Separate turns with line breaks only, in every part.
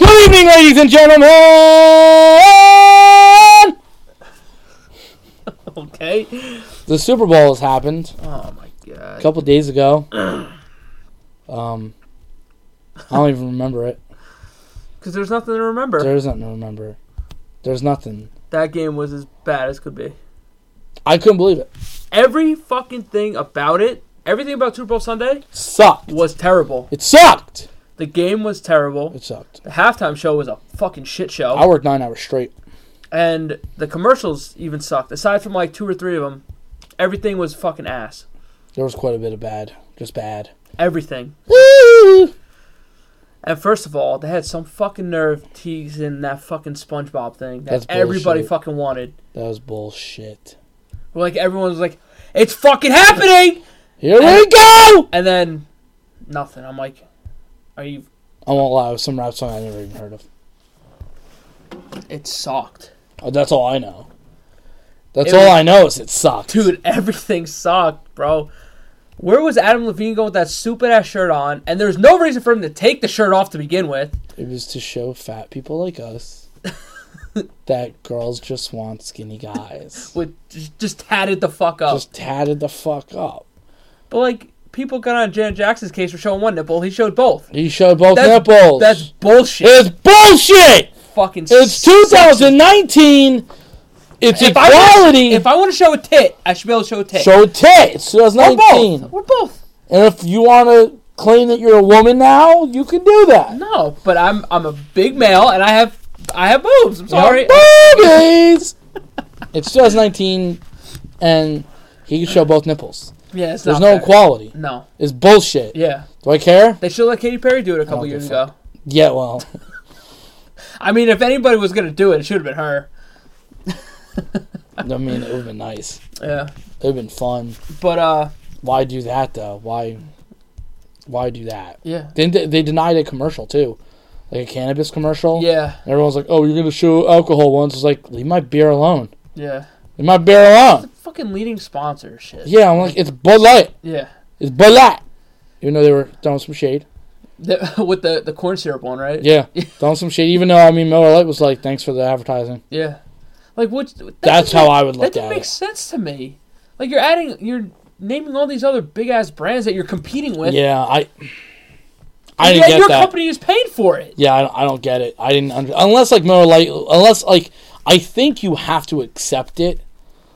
evening, ladies and gentlemen.
Okay.
The Super Bowl has happened
Oh my
a
god.
couple days ago. Um, I don't even remember it.
Because there's nothing to remember.
There's nothing to remember. There's nothing.
that game was as bad as could be.
I couldn't believe it.
Every fucking thing about it, everything about Super Bowl Sunday
Sucked.
was terrible.
It sucked.
The game was terrible.
It sucked.
The halftime show was a fucking shit show.
I worked nine hours straight.
and the commercials even sucked. Aside from like two or three of them, everything was fucking ass.
There was quite a bit of bad. Just bad.
Everything.
Woo!
And first of all, they had some fucking nerve teasing that fucking SpongeBob thing that
That's
everybody
bullshit.
fucking wanted.
That was bullshit.
Like everyone was like, "It's fucking happening!"
Here we go!
And then nothing. I'm like, "Are you?"
I won't lie. It was some rap song I never even heard of.
It sucked,
Oh, that's all I know. That's
It
all
was-
I know is it sucked.
dude. Everything sucked, bro. Where was Adam Levine going with that stupid ass shirt on? And there's no reason for him to take the shirt off to begin with.
It was to show fat people like us that girls just want skinny guys.
With just, just tatted the fuck up.
Just tatted the fuck up.
But like people got on Janet Jackson's case for showing one nipple. He showed both.
He showed both
That's,
nipples.
that's bullshit.
it's bullshit!
fucking.
It's
sucks.
2019. It's
If I wanna-
equality.
If I want to show a tit, I should be able to show a tit.
show tit. It's
We're
2019.
both. We're both.
And if you want to claim that you're a woman now, you can do that.
No, but I'm I'm a big male and I have I have boobs. I'm sorry.
Boobies! it's 2019, and he can show both nipples.
Yeah, it's
There's
not
no
fair.
equality.
No.
It's bullshit.
Yeah.
Do I care?
They should let Katy Perry do it a couple
give
years
a
ago.
Yeah, well,
I mean, if anybody was gonna do it, it should have been her.
I mean, it would have been nice.
Yeah.
It would have been fun.
But uh,
Why do that, though? Why Why do that?
yeah,
Then they, they denied a commercial, too. Like a cannabis commercial.
yeah,
And everyone's like, oh, you're going to show alcohol once. It's like, leave my beer alone.
yeah.
Leave my beer alone.
Fucking leading sponsor shit.
Yeah, I'm like, it's Bud Light.
Yeah.
It's Bud Light. Even though they were throwing some shade.
The- with the the corn syrup one, right?
Yeah, throwing some shade. Even though I mean Miller Lite was like, thanks for the advertising.
Yeah. Like what?
That's how I would
That
look
didn't
at
make
it.
sense to me. Like you're adding, you're naming all these other big ass brands that you're competing with.
Yeah, I, I
and
didn't
yet
get
your
that.
company is paying for it.
Yeah, I don't, I don't get it. I didn't under, unless like Miller Lite, unless like I think you have to accept it.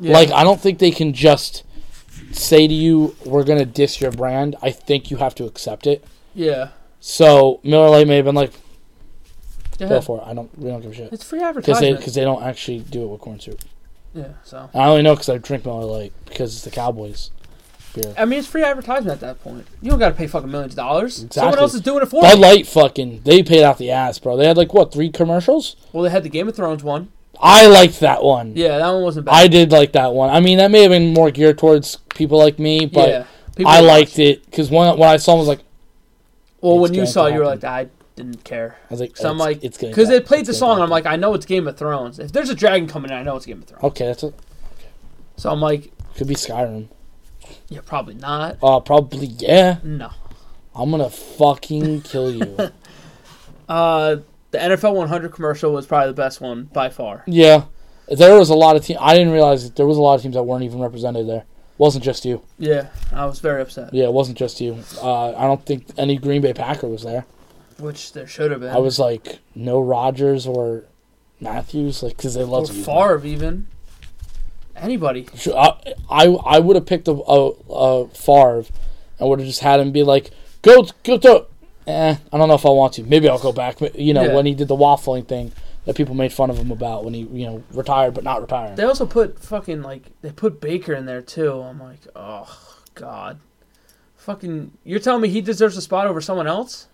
Like I don't think they can just say to you, "We're gonna diss your brand." I think you have to accept it.
yeah,
So Miller Lite may have been like,
yeah.
"Go for it." I don't. We don't give a shit
It's free
because they
advertisement.
because they don't actually do it with corn soup.
yeah, so
I only know because I drink Miller Lite because it's the Cowboys beer.
I mean, it's free advertisement at that point. You don't got to pay fucking millions of dollars. Someone
Exactly.
else is doing it for
Bud
you.
Light fucking they paid out the ass, bro. They had like what three commercials?
Well, they had the Game of Thrones one.
I liked that one.
Yeah, that one wasn't bad.
I did like that one. I mean, that may have been more geared towards people like me, but
yeah,
I liked it because when when I saw, it, I was like,
Well, when
It's
you
going
saw,
to
you were like,
happen.
I didn't care.
I was like,
So I'm
it's-
like,
it's gonna
because they
happen.
played
It's
the
gonna
song. I'm
happen.
like, I know it's Game of Thrones. If there's a dragon coming, in, I know it's Game of Thrones.
okay, that's a,
So I'm like,
could be Skyrim.
yeah, probably not.
Uh, probably yeah.
No.
I'm gonna fucking kill you.
Uh, the NFL 100 commercial was probably the best one by far.
yeah, there was a lot of teams. I didn't realize that there was a lot of teams that weren't even represented there. Wasn't just you.
Yeah, I was very upset.
Yeah, it wasn't just you. Uh, I don't think any Green Bay Packer was there.
Which there should have been.
I was like, no Rogers or Matthews, like because they
or
love to use them.
Favre even. Anybody?
Sure, I I, I would have picked a, a, a Favre and would have just had him be like, go go to. Eh, I don't know if I want to. Maybe I'll go back. You know,
Yeah.
when he did the waffling thing that people made fun of him about when he you know retired but not retiring.
They also put fucking like they put Baker in there too. I'm like, oh god, fucking. You're telling me he deserves a spot over someone else?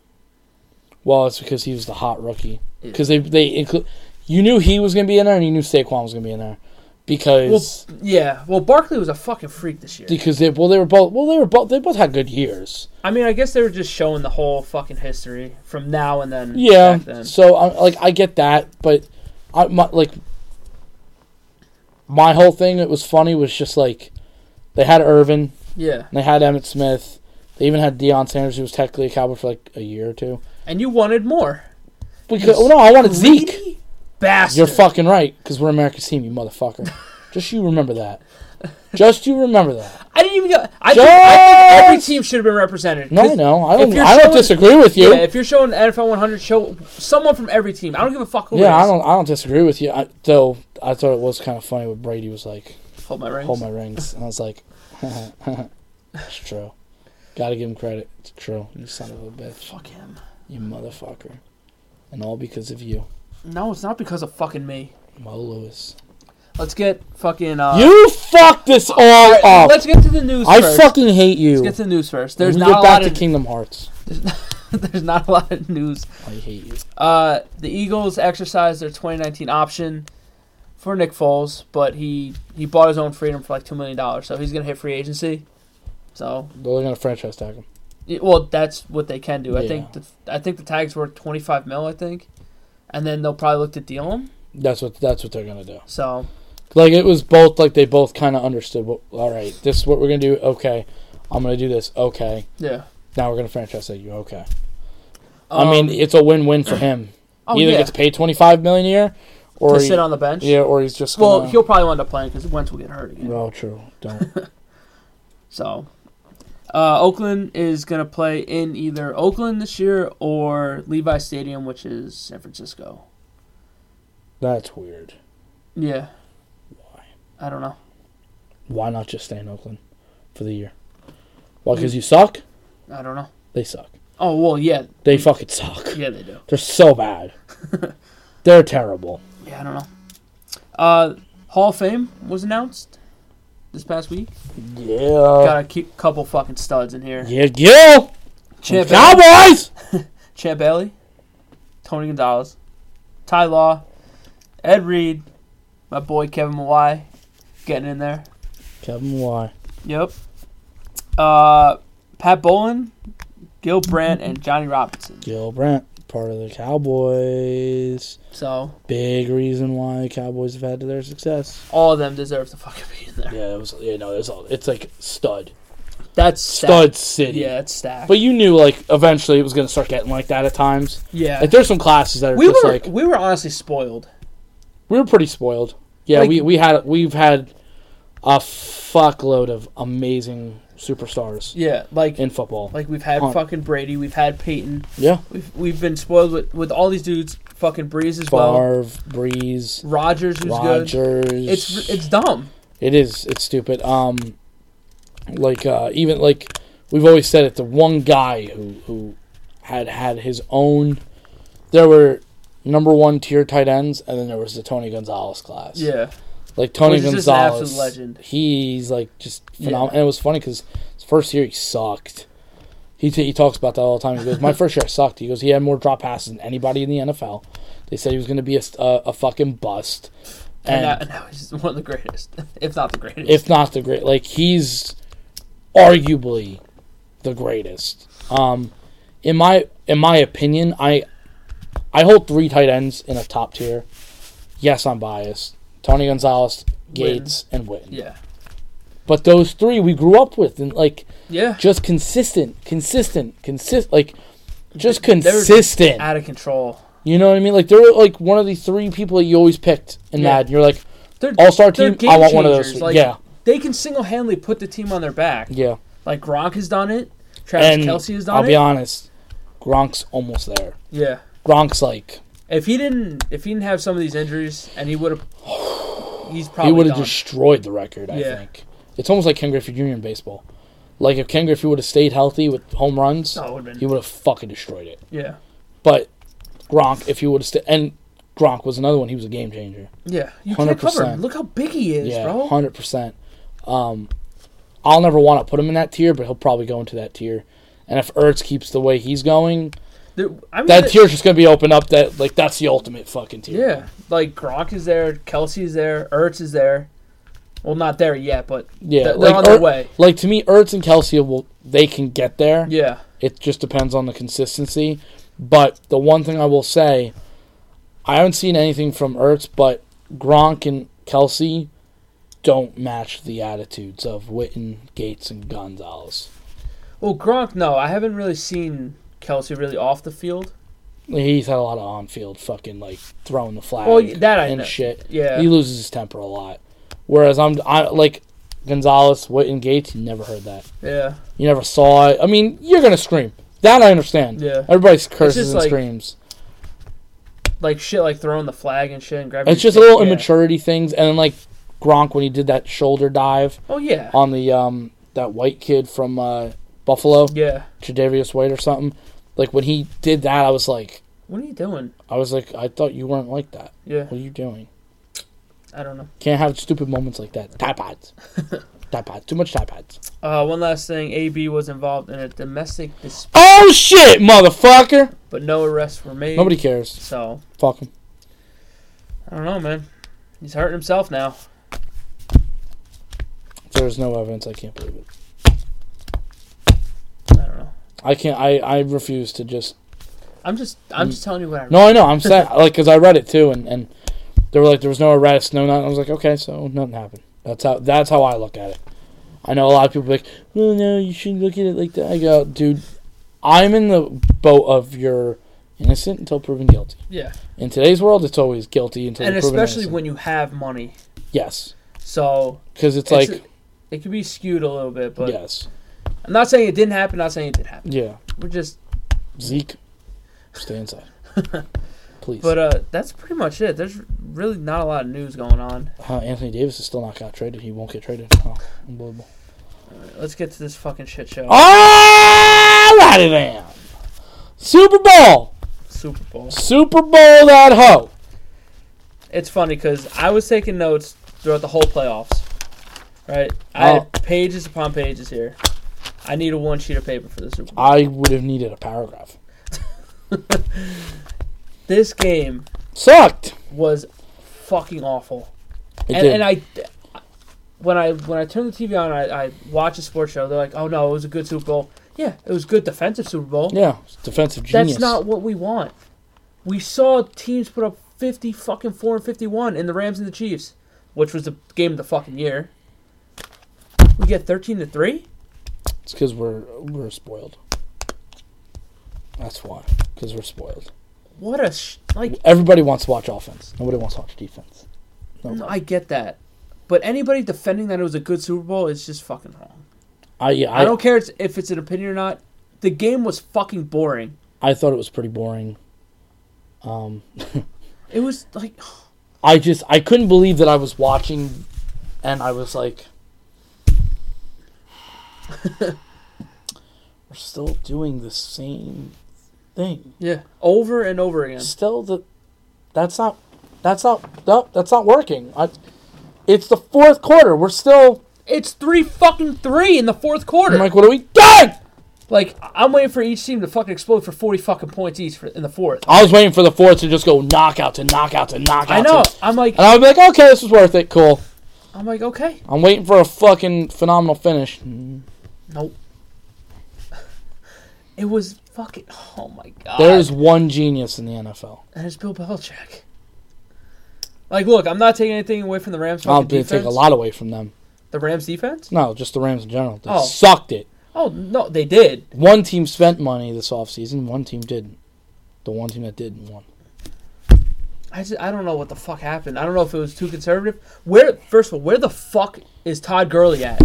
Well, it's because he was the hot rookie.
Yeah.
Because they they include. You knew he was gonna be in there, and you knew Saquon was gonna be in there,
Well,
because
yeah. Well, Barkley was a fucking freak this year.
because they well they were both well they were both they both had good years.
I mean, I guess they were just showing the whole fucking history from now and then. back
Yeah.
then.
So I like I get that, but I my, like my whole thing that was funny was just like they had Irvin,
Yeah.
they had Emmett Smith, they even had Deion Sanders who was technically a cowboy for like a year or two.
And you wanted more.
Because oh, no, I wanted Zeke.
Greedy Bastard.
You're fucking right. Because we're America's team, you motherfucker. Just you remember that. Just you remember that.
I didn't even go. I think, I think every
Just-
team should have been represented.
No,
'Cause
no, I
if
don't.
you're
I don't
showing-
disagree with you.
Yeah,
Yeah,
if you're showing NFL 100, show someone from every team. I don't give a fuck who. it
I
is.
don't. I don't disagree with you. I, though I thought it was kind of funny when Brady was like,
Hold my rings.
"Hold my rings," and I was like, "It's true." Got to give him credit. It's true. You son of a bitch.
Fuck him.
You motherfucker. And all because of you,
No, it's not because of fucking me.
Mo Lewis.
Let's get fucking. Uh,
you fucked this all
Alright,
up.
Let's get to the news.
I
first.
fucking hate you.
Let's get to the news first. There's
Let
not
me
a
get back
lot
to
of
Kingdom Hearts.
there's not a lot of news.
I hate you.
Uh, the Eagles exercised their 2019 option for Nick Foles, but he he bought his own freedom for like two million dollars, so he's gonna hit free agency. So,
They're gonna franchise tag him.
it- well, that's what they can do. I think
Yeah.
the, I think the tags worth 25 mil, I think, and then they'll probably look to deal him.
That's what. That's what they're gonna do.
So,
Like it was both. Like they both kind of understood. What, all right, this is what we're gonna do. Okay, I'm gonna do this. Okay,
yeah.
now we're gonna franchise tag you. Okay.
Um,
I mean, it's a win-win for him.
oh,
Either
yeah,
gets paid 25 million a year, or
to
he-
sit on the bench.
yeah, or he's just
Well,
gonna-
he'll probably wind up playing because Wentz will get hurt again.
Oh, true. Don't.
So, uh, Oakland is going to play in either Oakland this year or Levi Stadium, which is San Francisco.
that's weird.
Yeah.
Why?
I don't know.
Why not just stay in Oakland for the year? Why? Because you suck.
I don't know.
They suck.
Oh, well, yeah.
They fucking suck.
Yeah, they do.
They're so bad. They're terrible.
Yeah, I don't know. Uh, Hall of Fame was announced this past week.
Yeah.
Got a keep couple fucking studs in here.
Oh. Yeah, Gil.
Champ, Bailey,
Cowboys.
Champ Bailey, Tony Gonzalez, Ty Law, Ed Reed, my boy Kevin Mawai getting in there.
Kevin Y.
Yep. Uh, Pat Bolin, Gil Brandt, and Johnny Robinson.
Gil Brandt, part of the Cowboys.
So
Big reason why the Cowboys have had their success.
all of them deserve to fucking be in there.
Yeah, it was. You know, it's all. It's like stud,
That's
stud
stacked.
city.
Yeah, it's stacked.
But you knew like eventually it was gonna start getting like that at times.
yeah,
Like there's some classes that are
we were
just like
we were honestly spoiled.
we were pretty spoiled. Yeah,
Like-
we we had we've had a fuckload of amazing superstars
Yeah, like
in football.
like we've had
Huh.
fucking Brady, we've had Peyton,
yeah,
we've we've been spoiled with with all these dudes. Fucking Breeze as well.
Favre, Breeze,
Rogers who's good.
Rodgers.
It's it's dumb.
It is. It's stupid. Um, like uh, even like we've always said it. The one guy who who had had his own. There were number one tier tight ends, and then there was the Tony Gonzalez class.
Yeah,
like Tony
Which is just an
Gonzalez,
absolute legend.
He's like just phenomenal,
Yeah.
and it was funny because his first year he sucked. He, t- he talks about that all the time. He goes, "My first year I sucked." He goes, "He had more drop passes than anybody in the NFL." They said he was going to be a, s- a- a fucking bust,
and, now, and now he's one of the greatest, if not the greatest.
if not the great. Like he's arguably the greatest. Um, in my in my opinion, I I hold three tight ends in a top tier. Yes, I'm biased. Tony Gonzalez, Gates, and Witten.
yeah,
But those three we grew up with, and like
yeah,
just consistent, consistent, consist like just
They were just
consistent.
out of control.
You know what I mean? Like they're like one of the three people that you always picked in
Yeah.
Madden. You're like
They're-
all-star
they're
team. I
game
want one of
changers.
those.
Like,
yeah,
they can single handedly put the team on their back.
yeah.
Like Gronk has done it. Travis Kelsey has done
I'll
it.
be honest, Gronk's almost there.
Yeah.
Gronk's like
If he didn't, if he didn't have some of these injuries, and he would have, he's
he would
probably
have
done.
destroyed the record. I
Oh, Yeah.
think it's almost like Ken Griffey Jr. in baseball. Like if Ken Griffey would have stayed healthy with home runs,
Oh, it would've been-
he would have fucking destroyed it.
yeah.
But Gronk, if he would have stayed, and Gronk was another one. He was a game changer.
Yeah. You can't cover him.
100%.
Look how big he is,
Yeah,
bro.
hundred percent. Um, I'll never want to put him in that tier, but he'll probably go into that tier. And if Ertz keeps the way he's going,
There- I mean,
that
the-
tier's just gonna be opened up. That like that's the ultimate fucking tier.
Yeah. Like Gronk is there. Kelsey is there. Ertz is there. Well, not there yet, but
Yeah,
they're, they're on their
Er-
way.
Like to me, Ertz and Kelsey will they can get there.
Yeah.
It just depends on the consistency. But the one thing I will say, I haven't seen anything from Ertz, but Gronk and Kelsey don't match the attitudes of Witten, Gates, and Gonzalez.
Well, Gronk, no, I haven't really seen Kelsey really off the field.
He's had a lot of on-field fucking like throwing the flag
Well, that I
and
know.
shit.
Yeah.
he loses his temper a lot. Whereas I'm I, like Gonzalez, Witten, Gates. You never heard that.
Yeah.
You never saw it. I mean, you're gonna scream. That I understand.
Yeah.
everybody's curses
just
and
like-
screams.
Like shit, like throwing the flag and shit and grabbing.
It's
your
just a little
dick, yeah.
immaturity things, and then like Gronk when he did that shoulder dive
Oh yeah.
on the um that white kid from uh, Buffalo,
Yeah.
Tre'Davious White or something. Like when he did that, I was like,
What are you doing?
I was like, I thought you weren't like that.
Yeah.
What are you doing?
I don't know.
Can't have stupid moments like that. Tap pads. tap pads. Too much tap pads.
Uh, one last thing. AB was involved in a domestic dispute,
Oh shit, motherfucker!
but no arrests were made.
Nobody cares.
So
Fuck him.
I don't know, man. He's hurting himself now.
If There's no evidence. I can't believe it.
I don't know.
I can't. I, I refuse to just.
I'm just, I'm just telling you what I.
Mm. No, I know. I'm sad. like, cause I read it too, and and they were like, there was no arrest, no nothing. I was like, okay, so nothing happened. That's how. That's how I look at it. I know a lot of people be like, no, no, you shouldn't look at it like that. I go, dude, I'm in the boat of you're innocent until proven guilty.
Yeah,
In today's world, it's always guilty until
and
proven
especially
innocent.
when you have money,
yes,
so
because it's,
It's
like
it could be skewed a little bit. But
yes,
I'm not saying it didn't happen. Not saying it did happen.
yeah.
We're just,
Zeke, stay inside, please.
but uh, that's pretty much it. There's really not a lot of news going on.
uh, Anthony Davis is still not got traded. He won't get traded. Oh, unbelievable.
Let's get to this fucking shit show.
Oh. Alrighty then. Super Bowl,
Super Bowl.
Super Bowl that hoe.
It's funny because I was taking notes throughout the whole playoffs. Right, I
Oh.
had pages upon pages here. I need a one sheet of paper for the Super Bowl.
I would have needed a paragraph.
this game
Sucked.
was fucking awful.
It
and,
did.
and I, when I when I turn the TV on, I, I watch a sports show. They're like, "Oh no, it was a good Super Bowl." Yeah, it was good defensive Super Bowl.
yeah, it's defensive
That's
genius.
not what we want. We saw teams put up fifty fucking four and fifty one in the Rams and the Chiefs, which was the game of the fucking year. We get thirteen to three.
It's because we're we're spoiled. That's why. Because we're spoiled.
What a sh- like.
Everybody wants to watch offense. Nobody wants to watch defense.
no, I get that, but anybody defending that it was a good Super Bowl is just fucking wrong.
I yeah,
I,
I
don't care it's- if it's an opinion or not. The game was fucking boring.
I thought it was pretty boring. Um,
It was like.
I just I couldn't believe that I was watching, and I was like, "We're still doing the same thing.
Yeah, over and over again.
Still the, that's not, that's not no, that's not working. I, it's the fourth quarter. We're still.
It's three fucking three in the fourth quarter.
I'm like, what are we doing?
like I'm waiting for each team to fucking explode for forty fucking points each for, in the fourth.
I was waiting for the fourth to just go knockout to knockout to knockout.
I know.
to-
I'm like,
and I would be like, okay, this was worth it. Cool.
I'm like, okay,
I'm waiting for a fucking phenomenal finish.
Mm. nope. It was fucking. Oh my god.
There's one genius in the NFL.
and it's Bill Belichick. Like, look, I'm not taking anything away from the Rams.
I'll
Fucking
be-
defense.
Oh, take a lot away from them.
The Rams defense?
No, just the Rams in general. They
Oh.
sucked it.
Oh no, they did.
One team spent money this offseason, one team didn't. The one team that did won.
I just, I don't know what the fuck happened. I don't know if it was too conservative. Where first of all, where the fuck is Todd Gurley at?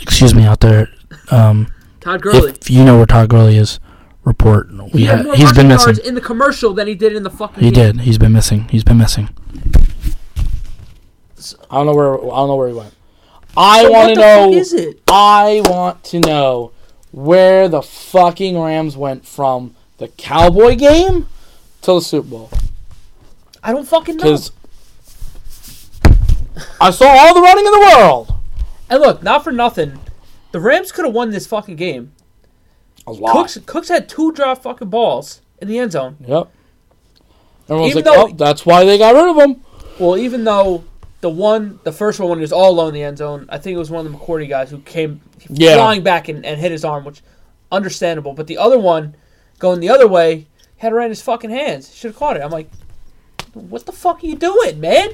Excuse me out there. Um,
Todd Gurley.
you know where Todd Gurley is, report.
He had more rushing yards in the commercial than he did in the fucking. game.
He's been missing. He's been missing. I don't know where. I don't know where he went. I
So
want to
what the fuck
know.
is it?
I want to know where the fucking Rams went from the Cowboy game to the Super Bowl.
I don't fucking know.
Because I saw all the running in the world.
And look, not for nothing, the Rams could have won this fucking game.
A lot.
Cooks Cooks had two drop fucking balls in the end zone.
Yep. Everyone's like,
Even though-
oh, that's why they got rid of him.
Well, even though the one, the first one when he was all alone in the end zone, I think it was one of the McCourty guys who came
Yeah.
flying back and, and hit his arm, which understandable. But the other one, going the other way, had it right in his fucking hands. Should have caught it. I'm like, what the fuck are you doing, man?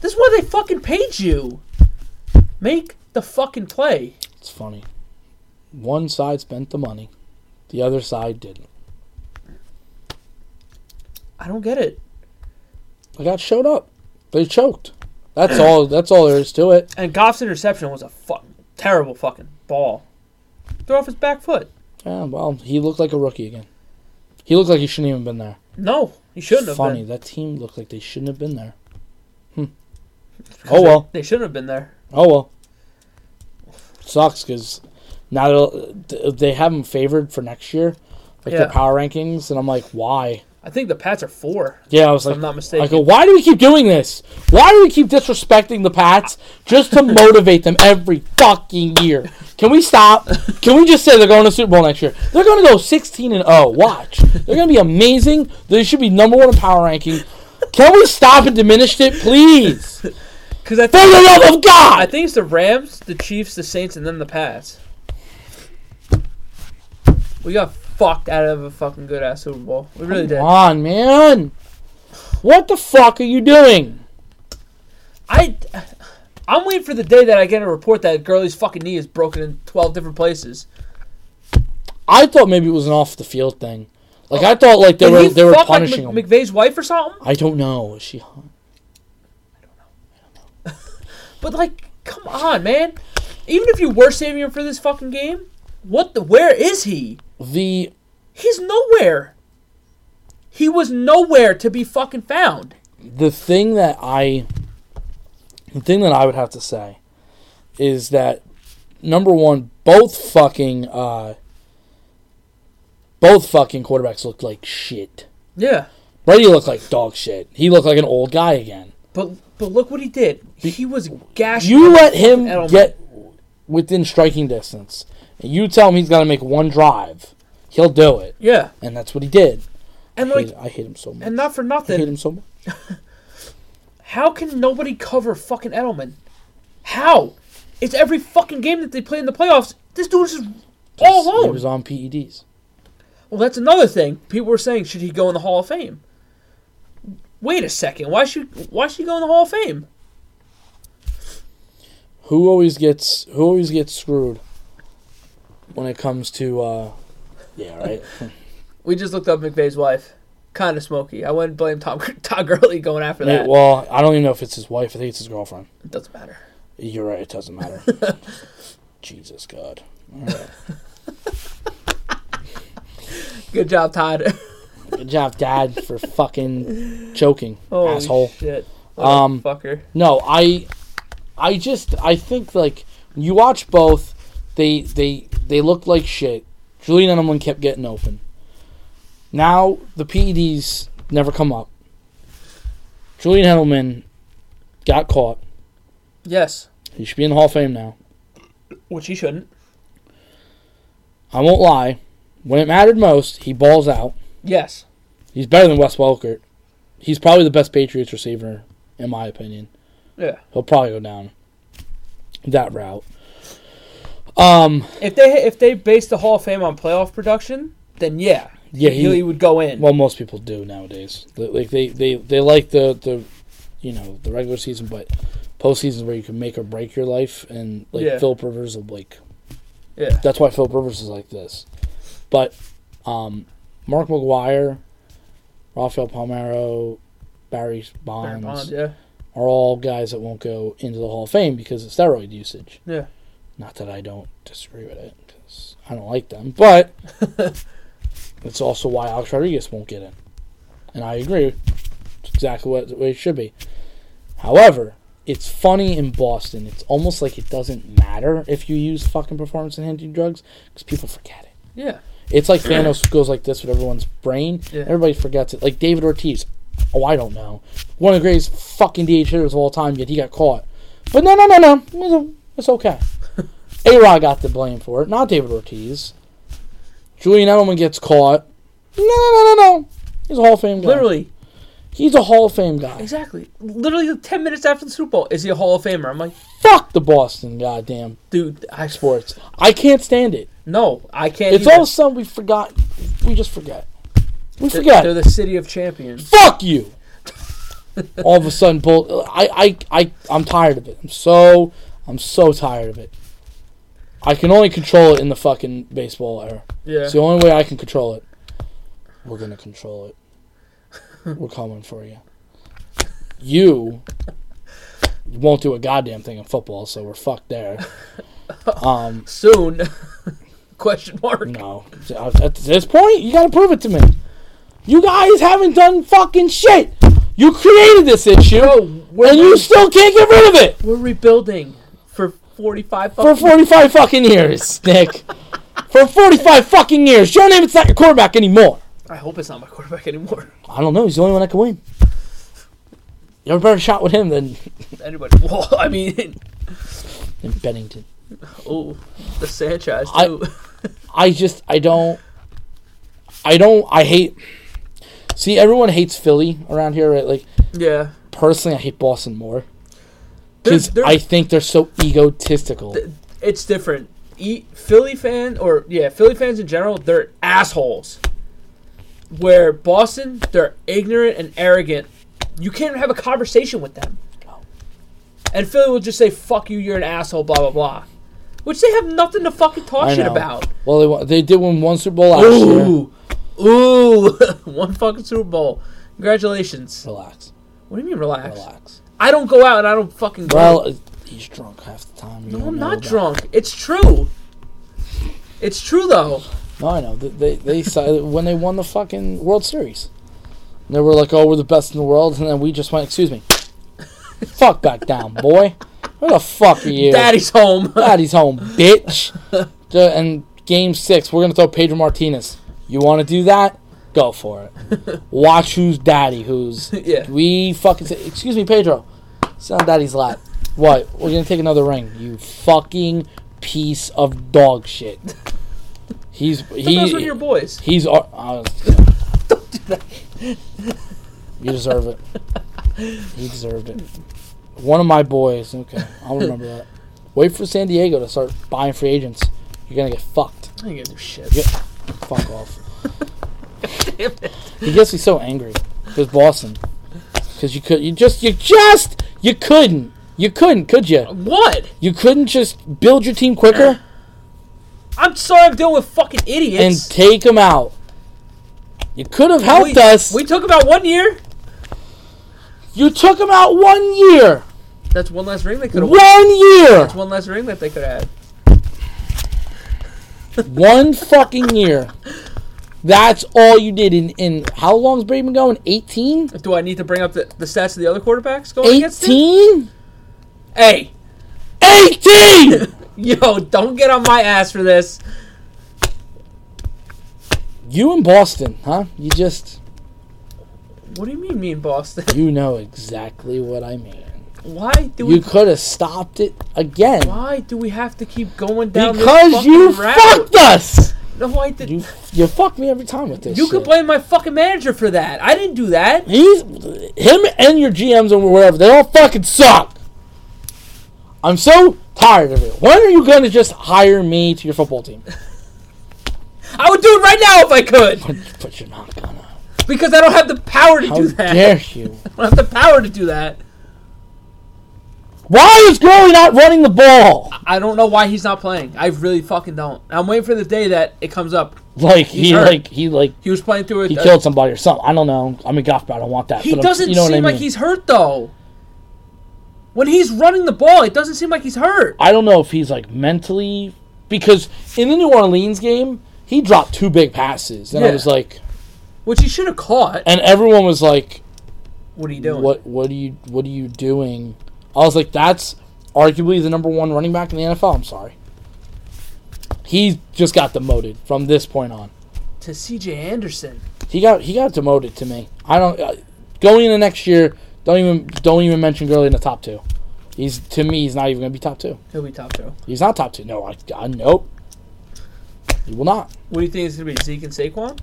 This is why they fucking paid you. Make the fucking play.
It's funny. One side spent the money, the other side didn't.
I don't get it.
I got showed up. They choked. That's all. That's all there is to it.
And Goff's interception was a fuck terrible fucking ball. Throw off his back foot.
Yeah, well, he looked like a rookie again. He looked like he shouldn't even been there.
No, he shouldn't have
Funny
been.
that team looked like they shouldn't have been there. Hmm.
Because
Oh,
they-
well.
They shouldn't have been there.
Oh well, sucks because now they'll- th- they have them favored for next year, like
Yeah.
their power rankings, and I'm like, why?
I think the Pats are four.
Yeah, I was
If
like,
I'm not
I
mistaken.
go, why do we keep doing this? Why do we keep disrespecting the Pats just to motivate them every fucking year? Can we stop? Can we just say they're going to Super Bowl next year? They're going to go 16 and 0. Watch. They're going to be amazing. They should be number one in power ranking. Can we stop and diminish it, please? For
'Cause I think
the love of
I
God!
think it's the Rams, the Chiefs, the Saints, and then the Pats. We got fucked out of a fucking good ass Super Bowl. We really did.
Come on, man. What the fuck are you doing?
I, I'm waiting for the day that I get a report that Gurley's fucking knee is broken in 12 different places.
I thought maybe it was an off the field thing. Like I thought, like they
Did
were
he
they were
fuck, like,
punishing
Mc-
him.
McVay's wife or something.
I don't know. Is she hot?
But like, come on, man. Even if you were saving him for this fucking game, what the? Where is he?
The
He's nowhere. He was nowhere to be fucking found.
the thing that I the thing that I would have to say is that number one, both fucking uh both fucking quarterbacks looked like shit.
Yeah.
Brady looked like dog shit. He looked like an old guy again.
But but look what he did. He was gashing.
You let him
Edelman.
get within striking distance. And you tell him he's got to make one drive. He'll do it.
Yeah.
And that's what he did.
And
I hate-
like,
I hate him so much.
and not for
I hate
nothing.
him so much.
How can nobody cover fucking Edelman? How? It's every fucking game that they play in the playoffs. This dude is all
He
alone.
was on E PEDs.
Well, that's another thing. People were saying, should he go in the Hall of Fame? Wait a second. Why should why should he go in the Hall of Fame?
Who always gets who always gets screwed when it comes to uh yeah, right.
We just looked up McVay's wife. Kind of smoky. I wouldn't blame Tom Todd Gurley going after
Yeah,
that.
well, I don't even know if it's his wife. I think it's his girlfriend.
it doesn't matter.
You're right. It doesn't matter. Jesus God. All right.
Good job, Todd.
Good job, Dad, for fucking joking,
Holy
asshole.
shit.
Um,
um, fucker.
No, I, I just I think like when you watch both, they they they look like shit. Julian Edelman kept getting open. Now the PEDs never come up. Julian Edelman got caught.
Yes.
He should be in the Hall of Fame now.
Which he shouldn't.
I won't lie. When it mattered most, he balls out.
Yes.
He's better than Wes Welker. He's probably the best Patriots receiver, in my opinion.
Yeah.
He'll probably go down that route. Um,
If they if they base the Hall of Fame on playoff production, then yeah,
Yeah,
he,
he-
he would go in.
well, most people do nowadays. Like they, they, they like the, the, you know, the regular season, but postseason is where you can make or break your life, and like
Yeah.
Philip Rivers will like.
yeah,
That's why Philip Rivers is like this, but um, Mark McGuire, Rafael Palmero, Barry
Barry
Bonds,
Bonds, yeah,
are all guys that won't go into the Hall of Fame because of steroid usage.
yeah.
Not that I don't disagree with it, 'cause I don't like them, but it's also why Alex Rodriguez won't get in. And I agree. It's exactly what the way it should be. However, it's funny in Boston. It's almost like it doesn't matter if you use fucking performance enhancing drugs because people forget it.
Yeah,
It's like Thanos goes like this with everyone's brain.
Yeah.
Everybody forgets it. Like David Ortiz. Oh, I don't know. One of the greatest fucking DH hitters of all time, yet he got caught. But no, no, no, no. It's- It's okay. A Rod got the blame for it, not David Ortiz. Julian Edelman gets caught. No, no, no, no, no. He's a Hall of Fame guy.
literally,
He's a Hall of Fame guy.
exactly. Literally, ten minutes after the Super Bowl, is he a Hall of Famer? I'm like,
Fuck the Boston goddamn
dude, I
sports. I can't stand it.
no, I can't.
It's
either.
all of a sudden we forgot. We just forget. We
They're-
forget.
They're the city of champions.
fuck you. All of a sudden, bull. I, I, I, I'm tired of it. I'm so, I'm so tired of it. I can only control it in the fucking baseball era.
Yeah,
It's the only way I can control it. We're gonna control it. We're coming for you. You won't do a goddamn thing in football, so we're fucked there. Um,
Soon. Question mark.
no, at this point, you gotta prove it to me. You guys haven't done fucking shit. You created this issue,
Bro, we're,
and you still can't get rid of it
we're rebuilding for 45
for
fucking
45 fucking years, Nick. for 45 fucking years, Joe Namath's not your quarterback anymore.
I hope it's not my quarterback anymore.
I don't know. He's the only one that can win. You have a better shot with him than,
Anybody. Well, I mean,
than Bennington.
oh, the Sanchez,
I-
too.
I just I don't I don't I hate See everyone hates Philly around here, right? Like
yeah.
personally I hate Boston more.
There's-
Because
there's-
I think they're so egotistical.
it's different. E- Philly fan or yeah, Philly fans in general, they're assholes. Where Boston, they're ignorant and arrogant. You can't have a conversation with them. And Philly will just say, "Fuck you, you're an asshole," blah blah blah, which they have nothing to fucking talk
I
shit
know. Oh,
about.
Well they won- they did win one Super Bowl last year.
Ooh, ooh, one fucking Super Bowl. Congratulations.
Relax.
What do you mean relax?
Relax.
I don't go out and I don't fucking go.
Well uh, he's drunk half the time. You
no,
don't
I'm
know
not
that.
drunk. It's true. It's true though.
No, I know. They they, they saw when they won the fucking World Series. And they were like, "Oh, we're the best in the world," and then we just went, "Excuse me, fuck back down, boy. Where the fuck are you,
Daddy's home.
Daddy's home, bitch." Ju- and game six, we're gonna throw Pedro Martinez. You want to do that? Go for it. Watch who's daddy. Who's
Yeah.
we fucking say, excuse me, Pedro. It's not daddy's lap. What? We're gonna take another ring. You fucking piece of dog shit. He's he.
Those were your boys.
He's. ar- I
Oh,
was, You deserve it. He deserved it. One of my boys. Okay, I'll remember that. Wait for San Diego to start buying free agents. You're gonna get fucked.
I didn't get no shit.
Yeah. Fuck off. He gets me so angry because Boston. Because you could, you just, you just, you couldn't, you couldn't, could you?
What?
You couldn't just build your team quicker
I'm sorry I'm dealing with fucking
and
idiots.
take them out. You could have helped
we,
us.
We took about one year.
You took him out one year.
That's one less ring they could have won.
One year.
That's one less ring that they could have had.
One fucking year. That's all you did in, in how long's Brady been going? 18?
Do I need to bring up the, the stats of the other quarterbacks going against him?
18?
Hey,
18!
yo, don't get on my ass for this.
you in Boston, huh? You just,
What do you mean, me in Boston?
you know exactly what I mean.
Why do
You
we?
could have stopped it again.
Why do we have to keep going down this
Because
fucking
you
route?
fucked us!
No, I did.
You,
You,
you fuck me every time with this.
you could
shit.
blame my fucking manager for that. I didn't do that.
He's him and your GMs and wherever they all fucking suck. I'm so tired of it. When are you gonna just hire me to your football team?
I would do it right now if I could,
But you're not gonna.
because I don't have the power to
How
do that.
dare you?
I don't have the power to do that.
Why is Gurley not running the ball?
I don't know why he's not playing. I really fucking don't. I'm waiting for the day that it comes up.
Like he
hurt.
like he like
He was playing through it.
he killed somebody or something. I don't know. I mean, golf, but I don't want that.
he
but I'm-
doesn't
you know what
seem
I
like
mean?
he's hurt though. When he's running the ball, it doesn't seem like he's hurt.
I don't know if he's like mentally because in the New Orleans game he dropped two big passes, and I
Yeah.
was like,
Which he should have caught.
and everyone was like,
What are you doing?
What what are you what are you doing? I was like, that's arguably the number one running back in the NFL. I'm sorry. He just got demoted from this point on.
To C.J. Anderson.
He got he got demoted to me. I don't uh, going into next year. Don't even don't even mention Gurley in the top two. He's to me. He's not even going to be top two.
He'll be top two.
He's not top two. No, I, I nope. He will not.
What do you think it's gonna be? Zeke and Saquon?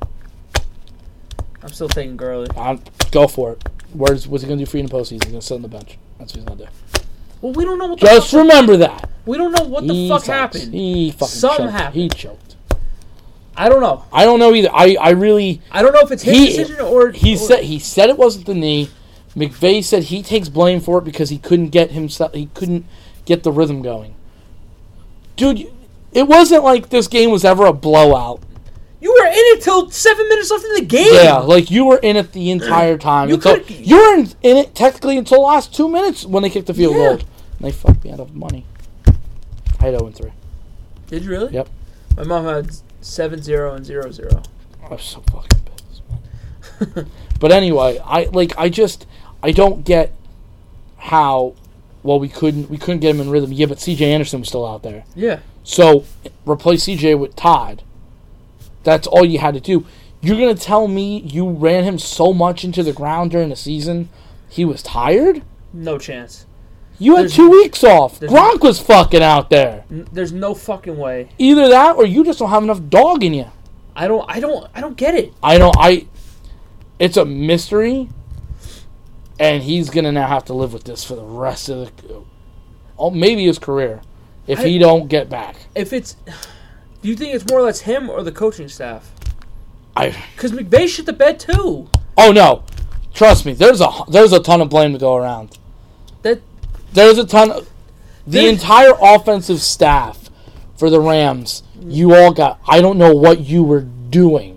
I'm still taking Gurley.
I go for it. Where's what's he going to do for you in the postseason? He's going to sit on the bench. That's what he's going to do.
Well, we don't know what the
Just
fuck,
remember that.
we don't know what the
He
fuck
sucks.
happened.
He fucking
Something
choked.
happened.
He choked.
I don't know.
I don't know either. I, I really
I don't know if it's his
He-
decision or
he
or-
said he said it wasn't the knee. McVeigh said he takes blame for it because he couldn't get himself he couldn't get the rhythm going. Dude, it wasn't like this game was ever a blowout.
You were in it till seven minutes left in the game.
Yeah, like you were in it the entire time.
You
You, until,
could've-
you were in, in it technically until the last two minutes when they kicked the field
Yeah.
goal. And they fucked me out of money. I had 0 and 3.
Did you really?
Yep.
My mom had seven zero and zero zero.
I was so fucking pissed. man. but anyway, I like I just I don't get how well we couldn't we couldn't get him in rhythm. Yeah, but CJ Anderson was still out there.
Yeah.
So replace CJ with Todd. That's all you had to do. You're gonna tell me you ran him so much into the ground during the season, he was tired.
No chance.
You had
There's-
two weeks off.
there's- Mm.
Gronk was fucking out there.
N- there's no fucking way.
Either that, or you just don't have enough dog in you.
I don't. I don't. I don't get it.
I don't. I. It's a mystery, and he's gonna now have to live with this for the rest of the, oh, maybe his career, if
I-
he don't get back.
If it's, do you think it's more or less him or the coaching staff?
I.
Because McVay shit the bed too.
Oh no, trust me. There's a there's a ton of blame to go around.
That
There's a ton. Of, the
There's-
entire offensive staff for the Rams. You all got. I don't know what you were doing.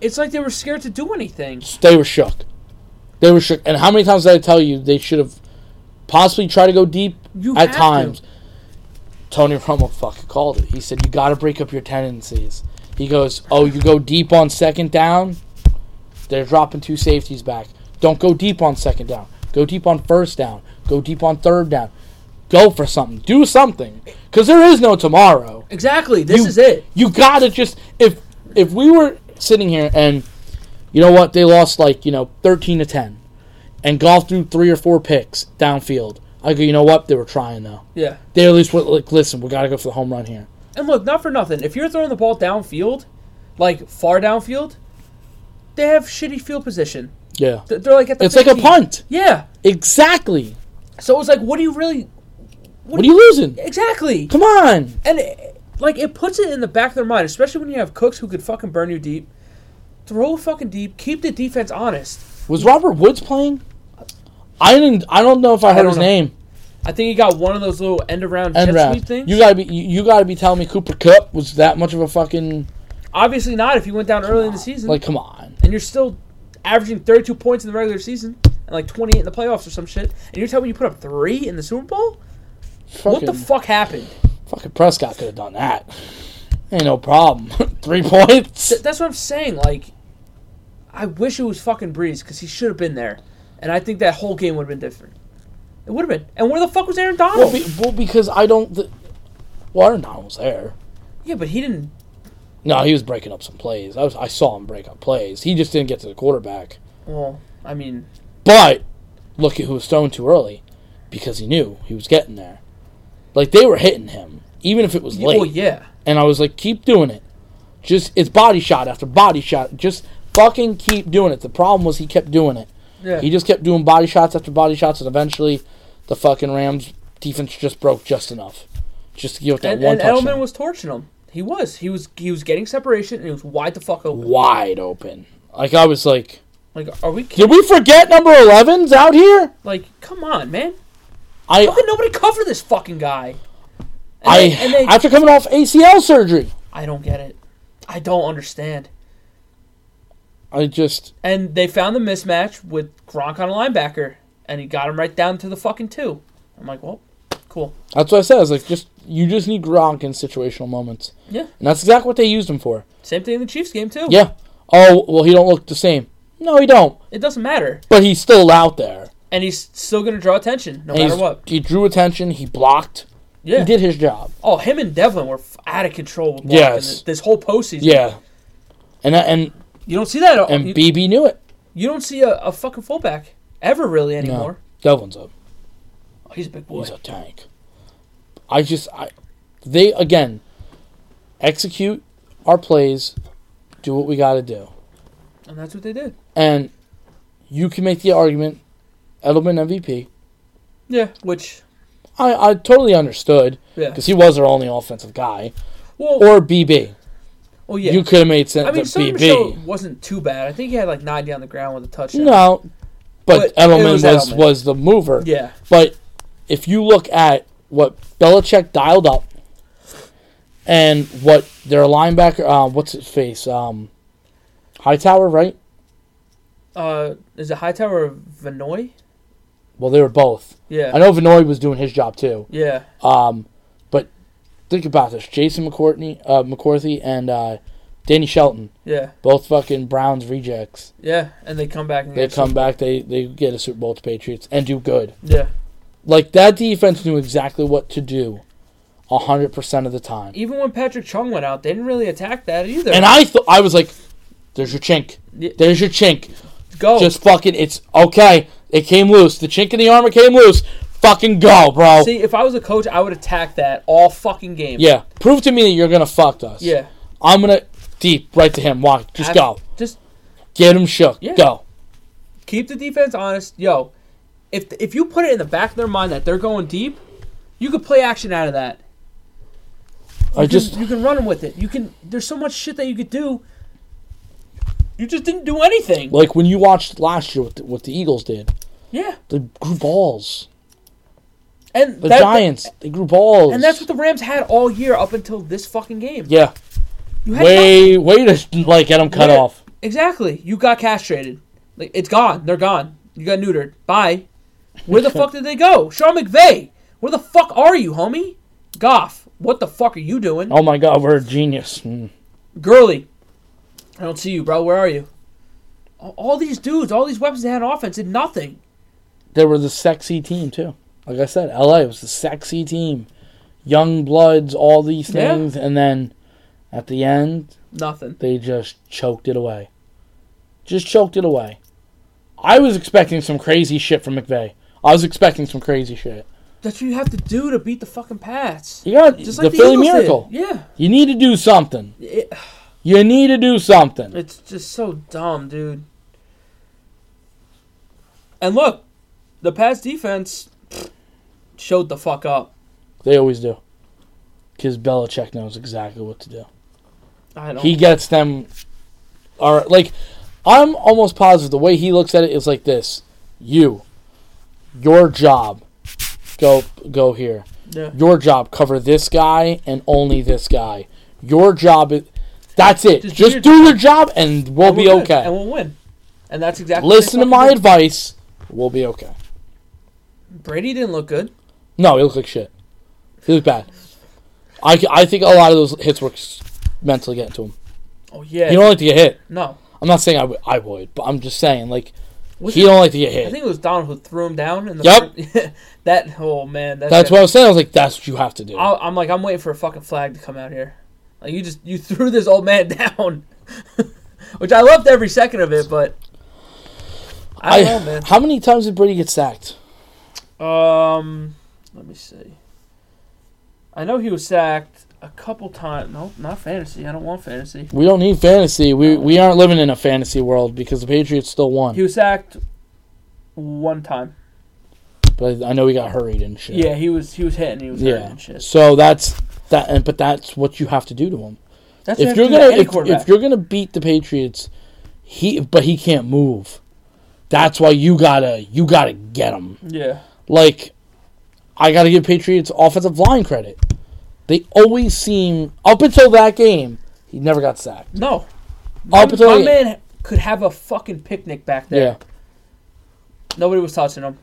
it's like they were scared to do anything.
They were shook. They were shook. And how many times did I tell you they should have possibly tried to go deep
You
at
have
times?
to.
Tony Romo fucking called it. He said you got to break up your tendencies. He goes, "Oh, you go deep on second down. They're dropping two safeties back. Don't go deep on second down. Go deep on first down. Go deep on third down. Go for something. Do something. Cuz there is no tomorrow."
Exactly. This
You-
is it.
You gotta just if if we were sitting here and you know what they lost like you know thirteen to ten, and golf threw three or four picks downfield. I go, you know what they were trying though.
Yeah.
They at least were like, listen, we gotta go for the home run here.
And look, not for nothing. If you're throwing the ball downfield, like far downfield, they have shitty field position.
Yeah,
Th- They're like at the.
it's like a
15.
punt.
Yeah.
Exactly.
So it's like, what do you really?
What are you losing?
Exactly.
Come on.
And it, like it puts it in the back of their mind, especially when you have Cooks who could fucking burn you deep. Throw fucking deep. Keep the defense honest.
Was Robert Woods playing? I didn't. I don't know if I heard
don't
his
know.
name.
I think he got one of those little end around
And
jet
round.
sweep things.
You gotta be. You, you gotta be telling me Cooper Cup was that much of a fucking
Obviously not if you went down early in the season.
like. Come on.
and you're still averaging 32 points in the regular season and like 28 in the playoffs or some shit, and you're telling me you put up three in the Super Bowl? What the
Fucking-
fuck happened?
Fucking Prescott could have done that. Ain't no problem. Three points.
Th- that's what I'm saying. Like, I wish it was fucking Breeze because he should have been there, and I think that whole game would have been different. It would have been. And where the fuck was Aaron
Well,
Donald?
be, well because I don't. Th- well, Aaron Donald was there.
yeah, but he didn't.
No, he was breaking up some plays. I, was, I saw him break up plays. He just didn't get to the quarterback.
Well, I mean,
But look at who was thrown too early because he knew he was getting there. Like, they were hitting him, even if it was late.
well, yeah.
And I was like, keep doing it. Just, it's body shot after body shot. Just fucking keep doing it. The problem was he kept doing it.
Yeah.
He just kept doing body shots after body shots, and eventually, the fucking Rams defense just broke just enough, just to give it that
and
one
and
touchdown.
Edelman was torching him. He was. He was. He was getting separation, and he was wide the fuck open.
wide open. Like I was like,
Like, are we?
did we forget number 11's out here?
Like, come on, man. How
I
could nobody cover this fucking guy? And
I
they- and they-
after coming off ACL surgery,
I don't get it. I don't understand.
I just
And they found the mismatch with Gronk on a linebacker, and he got him right down to the fucking two. I'm like, well, cool.
that's what I said. I was like, just you just need Gronk in situational moments,
Yeah.
and that's exactly what they used him for.
Same thing in the Chiefs game too.
Yeah. Oh well, he don't look the same. No, he don't.
It doesn't matter,
But he's still out there.
and he's still gonna draw attention no
And
matter
he's-
what.
He drew attention. He blocked.
Yeah.
He did his job.
Oh, him and Devlin were f- out of control. With blocking
Yes.
This, this whole postseason.
Yeah, and that- and
You don't see that.
and
you,
BB knew it.
you don't see a, a fucking fullback ever really anymore.
Devlin's a
Oh, he's a big boy.
he's a tank. I just I they again execute our plays, do what we got to do,
and that's what they did.
and you can make the argument Edelman MVP.
Yeah. Which.
I I totally understood
Yeah.
because he was our only offensive guy
Well.
or BB.
oh yeah.
You could have made sense
I mean,
of
Sonny
BB.
Michel wasn't too bad. I think he had like 90 on the ground with a touchdown.
No, but,
But it
Edelman
was
was
Edelman.
was the mover.
Yeah.
But if you look at what Belichick dialed up and what their linebacker, uh, what's his face, um, Hightower, right?
Uh, is it Hightower or Vanoy?
Well, they were both.
Yeah.
I know Vinoy was doing his job too.
Yeah.
Um, but think about this: Jason McCourtney, uh, McCourthy, and uh, Danny Shelton,
Yeah.
both fucking Browns rejects.
Yeah. And they come back. And
They
get-
come back, they they get a Super Bowl to Patriots and do good.
Yeah.
Like that defense knew exactly what to do, hundred percent of the time.
Even when Patrick Chung went out, they didn't really attack that either.
And I thought I was like, "There's your chink.
Yeah. Oh.
There's your chink.
go.
Just fucking. It's okay. It came loose. The chink in the armor came loose. Fucking go, bro.
See, if I was a coach, I would attack that all fucking game.
yeah. Prove to me that you're gonna fuck us.
Yeah.
I'm gonna deep right to him. Walk. Just
Ab-
go.
Just
Get him shook.
Yeah.
Go.
keep the defense honest. Yo, if if you put it in the back of their mind that they're going deep, you could play action out of that.
I
You can-
just
you can run 'em with it. You can. There's so much shit that you could do. You just didn't do anything.
like when you watched last year what the, what the Eagles did.
Yeah,
They grew balls.
and
The
that-
Giants. they grew balls.
And that's what the Rams had all year up until this fucking game.
Yeah.
you had nothing.
Way way to like get them cut
Yeah.
off.
exactly. You got castrated. Like it's gone. They're gone. You got neutered. Bye. Where the fuck did they go? Sean McVay. Where the fuck are you, homie? Goff. What the fuck are you doing?
Oh my God, we're a genius. Mm.
Gurley. I don't see you, bro. Where are you? All- All these dudes, all these weapons they had on offense did nothing.
They were the sexy team too. Like I said, LA was the sexy team. Young bloods, all these
Yeah.
things, and then at the end
Nothing.
they just choked it away. Just choked it away. I was expecting some crazy shit from McVay. I was expecting some crazy shit.
That's what you have to do to beat the fucking Pats.
You got
Just
the,
like the,
Philly
Eagles did.
Miracle.
Yeah.
You need to do something.
It-
You need to do something.
It's just so dumb, dude. And look, the Pats defense showed the fuck up.
They always do. Because Belichick knows exactly what to do.
I don't.
He gets them. Are like, I'm almost positive the way he looks at it is like this: you, your job, go go here.
yeah.
Your job cover this guy and only this guy. Your job is. That's it.
Just
Just,
do your
do your job and we'll
And
be
we're good,
okay.
And we'll win. And that's exactly. what they
Listen to
fucking
my
did.
advice. We'll be okay.
Brady didn't look good.
No, he looked like shit. He looked bad. I, c- I think a lot of those hits were s- mentally getting to him.
Oh yeah.
You don't like to get hit.
no.
I'm not saying I would, I would, but I'm just saying like
Was
he
it-
don't like to get
I
hit.
think it was Donald who threw him down. In the
Yep.
front- that. Oh man. That's,
That's
it.
what I was saying. I was like, that's what you have to do.
I'll, I'm like, I'm waiting for a fucking flag to come out here. Like you just you threw this old man down, which I loved every second of it, but I don't know,
How many times did Brady get sacked?
man. Um, let me see. I know he was sacked a couple times. No, not fantasy. I don't want fantasy.
We don't need fantasy. We we aren't living in a fantasy world because the Patriots still won.
He was sacked one time.
but I know he got hurried and shit.
Yeah, he was he was hitting. He was yeah.
yeah.
and shit.
So that's that. And but that's what you have to do to him.
That's
if
if
you're
gonna
gonna
any
if,
quarterback.
if you're gonna beat the Patriots, he but he can't move. That's why you gotta you gotta get him.
yeah,
like I gotta give Patriots offensive line credit. They always seem up until that game, he never got sacked.
no. My,
Up until
my
the-
man could have a fucking picnic back there.
Yeah.
Nobody was touching him.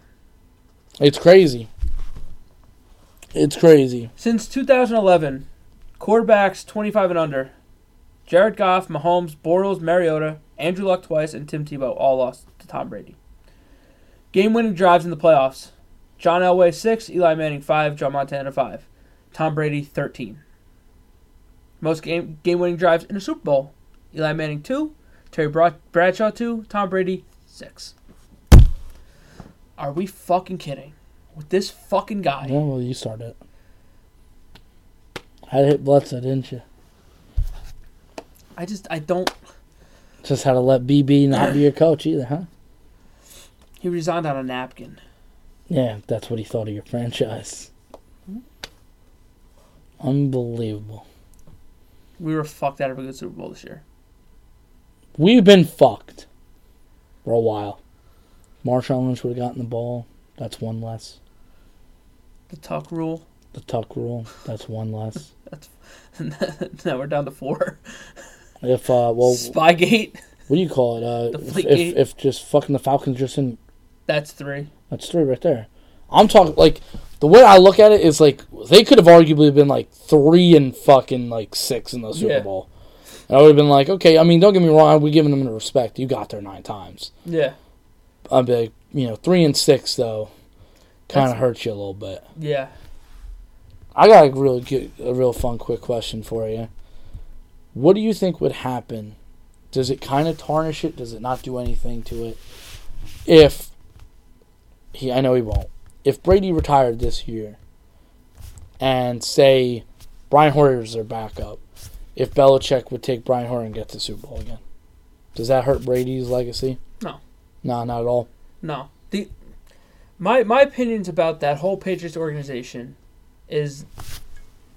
It's crazy. It's crazy.
Since 2011, quarterbacks 25 and under, Jared Goff, Mahomes, Bortles, Mariota, Andrew Luck twice, and Tim Tebow all lost to Tom Brady. Game-winning drives in the playoffs: John Elway six, Eli Manning five, John Montana five, Tom Brady 13. Most game game-winning drives in a Super Bowl: Eli Manning two, Terry Bra- Bradshaw two, Tom Brady six. Are we fucking kidding? With this fucking guy.
Yeah, well, you started it. Had to hit Bledsoe, didn't you?
I just I don't.
Just had to let BB not be your coach either, huh?
He resigned on a napkin.
Yeah, that's what he thought of your franchise. Unbelievable.
We were fucked out of a good Super Bowl this year.
We've been fucked for a while. Marshawn Lynch would have gotten the ball. That's one less.
The tuck rule.
The tuck rule. That's one less.
That's now we're down to four.
If uh, well,
Spygate.
what do you call it? Uh,
The
if,
Fleet
if
Gate.
if just fucking the Falcons just in
That's three.
That's three right there. I'm talking like the way I look at it is like they could have arguably been like three and fucking like six in the Super
Yeah.
Bowl. And I would have been like, okay, I mean, don't get me wrong, we're giving them the respect. You got there nine times.
Yeah.
I'd be like, you know, three and six though, kind of
That's-
hurts you a little bit.
Yeah.
I got a real good, a real fun, quick question for you. What do you think would happen? Does it kind of tarnish it? Does it not do anything to it? If he, I know he won't. If Brady retired this year, and say Brian Hoyer's their backup, if Belichick would take Brian Hoyer and get the Super Bowl again, does that hurt Brady's legacy?
No.
No, not at all.
No. The my my opinions about that whole Patriots organization is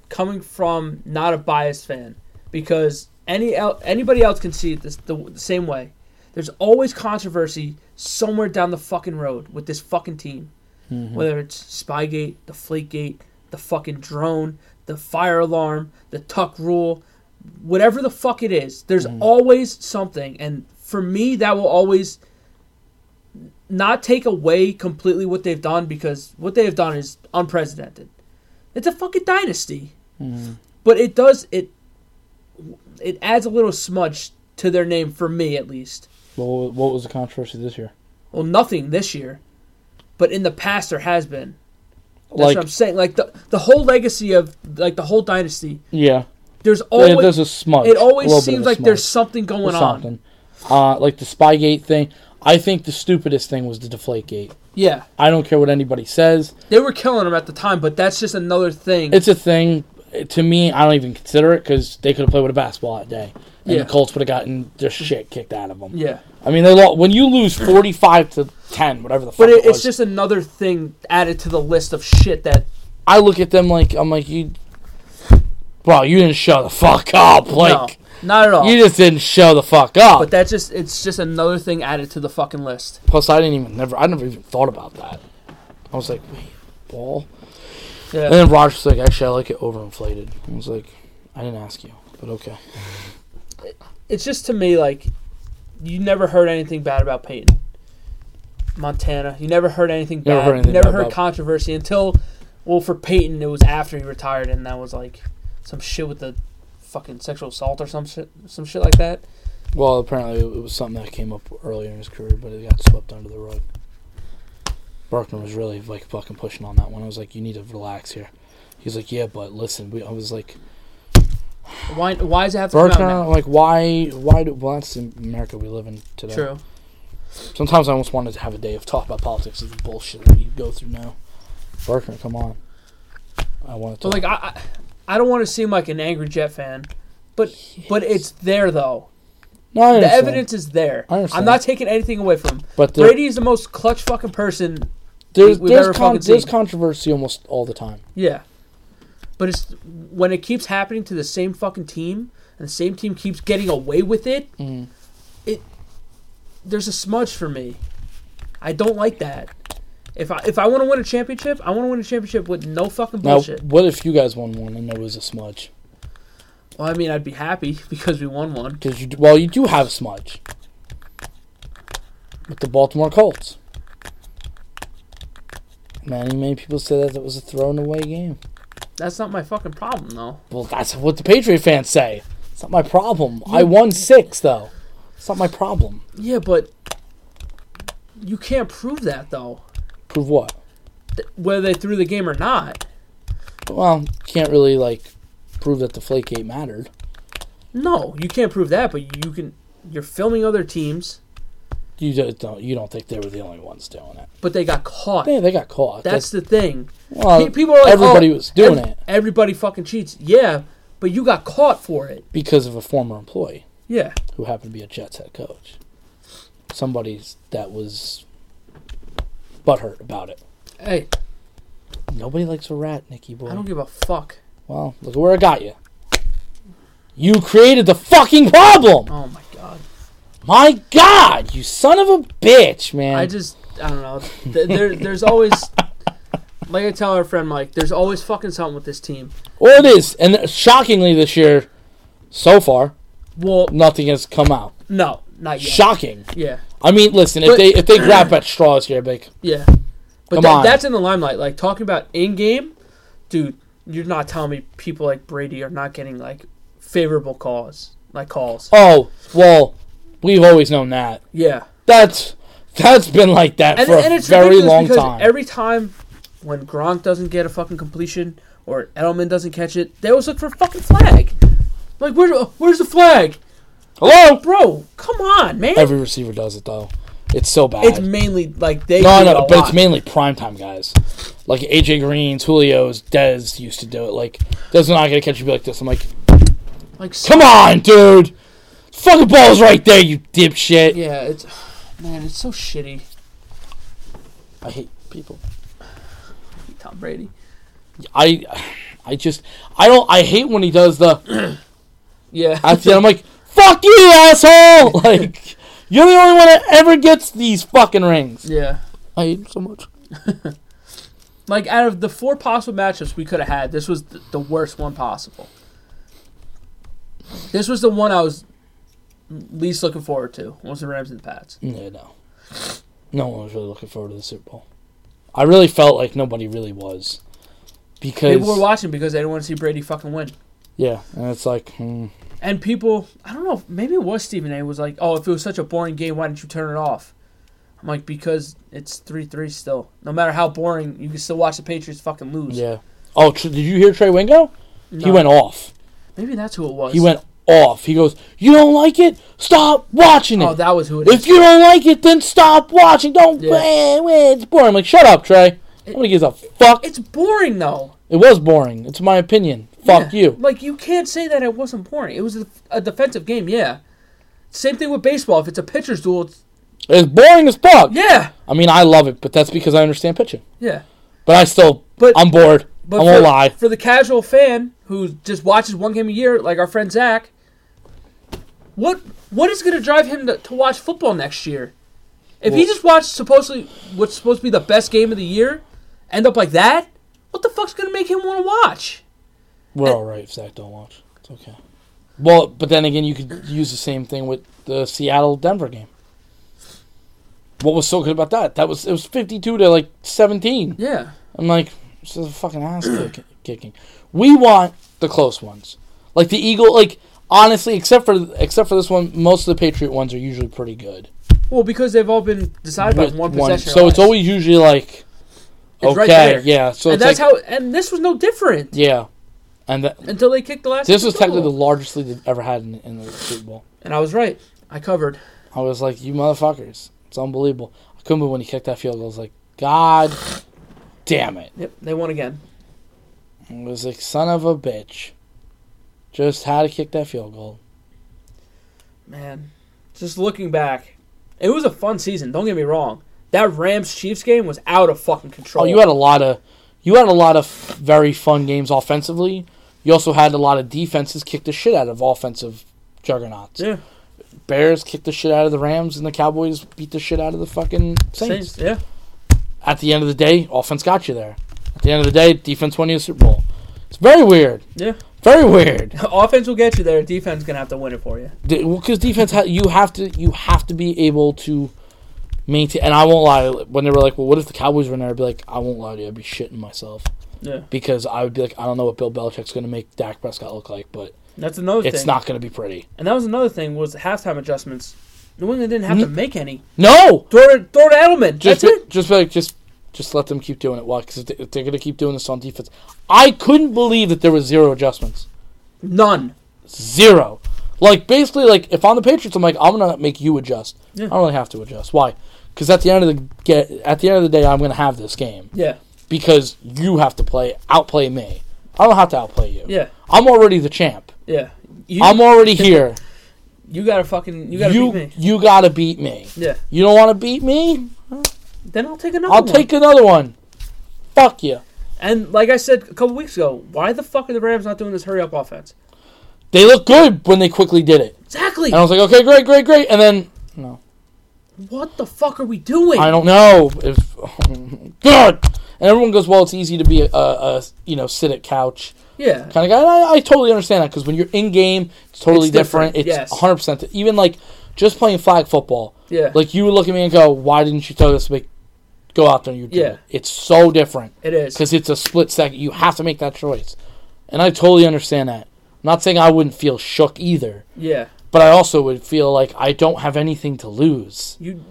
coming from not a biased fan because any el- anybody else can see it this the, the same way. There's always controversy somewhere down the fucking road with this fucking team. Whether it's Spygate, the Flakegate, the fucking drone, the fire alarm, the tuck rule, whatever the fuck it is, there's always something. And for me, that will always not take away completely what they've done because what they have done is unprecedented. It's a fucking dynasty.
Mm-hmm.
But it does it it adds a little smudge to their name for me at least.
Well, what was the controversy this year?
Well, nothing this year, but in the past there has been. That's
Like,
what I'm saying. Like the the whole legacy of like the whole dynasty.
yeah,
There's
Yeah,
always
there's a smudge.
it
a little
always
bit of
seems
a
like
smudge.
there's something going
or
on.
something. Uh, like the Spygate thing. I think the stupidest thing was the Deflategate.
Yeah,
I don't care what anybody says.
they were killing them at the time, but that's just another thing.
It's a thing. To me, I don't even consider it because they could have played with a basketball that day, and
Yeah.
the Colts would have gotten their shit kicked out of them.
yeah,
I mean, they lo- when you lose forty-five to ten, whatever the fuck.
but it,
it was,
it's just another thing added to the list of shit that
I look at them like I'm like you, bro. You didn't show the fuck up. Like
no, not at all.
you just didn't show the fuck up.
but that's just it's just another thing added to the fucking list.
Plus, I didn't even never. I never even thought about that. I was like, wait, ball.
Yeah,
And then Rogers was like, actually, I like it overinflated. I was like, I didn't ask you, but okay.
it's just to me like you never heard anything bad about Peyton. Montana. You never heard anything bad.
Never heard anything
you never
bad
heard
about-
controversy until well for Peyton it was after he retired and that was like some shit with the fucking sexual assault or some shit some shit like that.
Well, apparently it was something that came up earlier in his career, but it got swept under the rug. Berkman was really like fucking pushing on that one. I was like, you need to relax here. He's like, yeah, but listen, we, I was like,
Why why does it have to come out
Berkman,
now?
I'm like, why, why do, well, that's the America we live in today.
True.
Sometimes I almost wanted to have a day of talk about politics of the bullshit that we go through now. Berkman, come on. I want to
But
talk.
like I I, I don't want to seem like an angry Jet fan, but but it's there though.
no, I
The
understand.
evidence is there.
I understand.
I'm not taking anything away from him.
but the,
Brady is the most clutch fucking person.
there's
we've
there's,
ever
con-
fucking
there's
seen.
controversy almost all the time.
Yeah. But it's when it keeps happening to the same fucking team and the same team keeps getting away with it,
Mm.
it there's a smudge for me. I don't like that. If I if I want to win a championship, I want to win a championship with no fucking
Now,
bullshit.
what if you guys won one and there was a smudge?
Well, I mean, I'd be happy because we won one.
Because you, d- well, you do have a smudge with the Baltimore Colts. Many, many people say that that was a thrown away game.
That's not my fucking problem though.
Well, that's what the Patriot fans say. It's not my problem. I won six though. It's not my problem.
Yeah, but you can't prove that though,
Prove what?
th- whether they threw the game or not.
Well, can't really like prove that the flake gate mattered.
No, you can't prove that, but you can. You're filming other teams,
You don't- don't. You don't think they were the only ones doing it?
but they got caught.
Yeah, they got caught.
That's the thing.
Well,
Pe- people are like,
everybody
oh,
was doing
ev-
it
Everybody fucking cheats. Yeah, but you got caught for it.
because of a former employee
Yeah,
who happened to be a Jets head coach. Somebody that was butthurt about it.
hey,
Nobody likes a rat, Nicky
I
boy.
don't give a fuck.
Well, look at where I got you. You created the fucking problem.
Oh my god,
My God, you son of a bitch, man.
I just I don't know. Th- There, there's always Like I tell our friend Mike, there's always fucking something with this team.
Well, it is, and shockingly this year, so far,
Well,
nothing has come out.
no, not yet.
Shocking.
yeah,
I mean, listen, if
But-
they if they grab at straws here, big.
yeah.
Come
But that,
on.
that's in the limelight. Like talking about in game, dude. You're not telling me people like Brady are not getting like favorable calls, like calls.
Oh well, we've always known that.
Yeah.
That's that's been like that
and,
for
and
a
it's
very
ridiculous
long
because
time.
Every time when Gronk doesn't get a fucking completion or Edelman doesn't catch it, they always look for a fucking flag. Like where, where's the flag,
Hello.
bro? Come on, man.
Every receiver does it though. It's so bad.
it's mainly like they.
no,
do it
no,
a
but
lot.
it's mainly primetime guys. Like AJ Green's, Julio's, Dez used to do it. Like Dez not gonna catch you like this. I'm like,
like so-
come on, dude. Fucking ball's right there, you dipshit.
Yeah, it's man, it's so shitty.
I hate people.
Tom Brady.
I, I just, I don't. I hate when he does the.
Yeah,
at the end, I'm like, fuck you, asshole! Like, you're the only one that ever gets these fucking rings.
yeah.
I hate him so much.
Like out of the four possible matchups we could have had, this was th- the worst one possible. This was the one I was least looking forward to. Was the Rams and the Pats?
Yeah, no. No one was really looking forward to the Super Bowl. I really felt like nobody really was. Because.
People were watching because they didn't want to see Brady fucking win.
yeah, and it's like, hmm.
And people, I don't know, maybe it was Stephen A. was like, "Oh, if it was such a boring game, why didn't you turn it off?" I'm like, because it's three three still. No matter how boring, you can still watch the Patriots fucking lose.
Yeah. Oh, tr- did you hear Trey Wingo? He
No.
went off.
Maybe that's who it was.
He went off. He goes, You don't like it? Stop watching it.
Oh, that was who it is.
if you don't like it, then stop watching. Don't.
Yeah.
Eh, eh, it's boring. I'm like, Shut up, Trey. Nobody gives a fuck.
It's boring though.
It was boring. It's my opinion. Fuck
Yeah.
you.
Like you can't say that it wasn't boring. It was a, a defensive game. Yeah. Same thing with baseball. If it's a pitcher's duel, it's,
It's boring as fuck.
yeah,
I mean, I love it, but that's because I understand pitching.
yeah.
But I still,
But-
I'm bored. I won't
for,
lie.
for the casual fan who just watches one game a year, like our friend Zach, what what is going to drive him to, to watch football next year? If he
Well-
just watched supposedly what's supposed to be the best game of the year, end up like that, what the fuck's going to make him want to watch?
We're all right if Zach don't watch. It's okay. Eh. Well, but then again, you could use the same thing with the Seattle Denver game. What was so good about that? That was it was 52 to like 17.
Yeah,
I'm like, this is a fucking ass kick- kicking. We want the close ones, like the Eagle. Like honestly, except for except for this one, most of the Patriot ones are usually pretty good.
well, because they've all been decided by
with
one
one-
possession. or
So it's
less.
always usually like,
It's
okay,
right there.
yeah. So
and
it's
that's
like,
how. And this was no different
yeah, and that,
until they kicked the last.
this was
field goal.
technically the largest lead they've ever had in, in the Super Bowl.
And I was right. I covered.
I was like, you motherfuckers, it's unbelievable. Akumba when he kicked that field goal, I was like, God damn it!
Yep, they won again.
I was like, son of a bitch, just had to kick that field goal.
Man, just looking back, it was a fun season. Don't get me wrong. That Rams Chiefs game was out of fucking control.
Oh, you had a lot of, you had a lot of very fun games offensively. You also had a lot of defenses kick the shit out of offensive juggernauts.
yeah,
Bears kicked the shit out of the Rams, and the Cowboys beat the shit out of the fucking Saints.
Saints. Yeah,
At the end of the day, offense got you there. At the end of the day, defense won you the Super Bowl. It's very weird.
yeah.
Very weird.
Offense will get you there. Defense gonna have to win it for you.
Because defense, ha- you have to you have to be able to maintain. And I won't lie. When they were like, "Well, what if the Cowboys were in there?" I'd be like, "I won't lie to you. I'd be shitting myself
Yeah,
because I would be like, I don't know what Bill Belichick's going to make Dak Prescott look like, but
that's another thing.
it's not going to be pretty."
And that was another thing was the halftime adjustments. New England didn't have to make any.
No,
Throw it, throw it to Edelman.
just
that's it.
just like just just let them keep doing it. Why? Because if they're gonna keep doing this on defense, I couldn't believe that there was zero adjustments.
None.
Zero. Like basically, like if I'm the Patriots, I'm like I'm gonna make you adjust.
Yeah.
I don't really have to adjust. Why? Because at the end of the get at the end of the day, I'm gonna have this game
Yeah,
because you have to play outplay me. I don't have to outplay you.
yeah,
I'm already the champ.
yeah. You,
I'm already here.
you gotta fucking. You gotta
you
beat me.
you gotta beat me.
Yeah.
You don't want to beat me?
Then I'll take another.
I'll
one.
take another one. Fuck you.
And like I said a couple weeks ago, why the fuck are the Rams not doing this hurry up offense?
They look good when they quickly did it.
Exactly.
And I was like, okay, great, great, great. And then, no,
What the fuck are we doing?
I don't know. It was, God. And everyone goes, well, it's easy to be a, a, a you know sit at couch
Yeah.
kind of guy. And I, I totally understand that because when you're in game, it's totally
It's different,
different. It's
yes.
100 percent even like just playing flag football.
Yeah.
Like you would look at me and go, why didn't you tell us to make, go out there and you do
Yeah.
it? It's so different
it is.
because it's a split second. You have to make that choice, and I totally understand that. I'm not saying I wouldn't feel shook either,
Yeah.
but I also would feel like I don't have anything to lose.
You.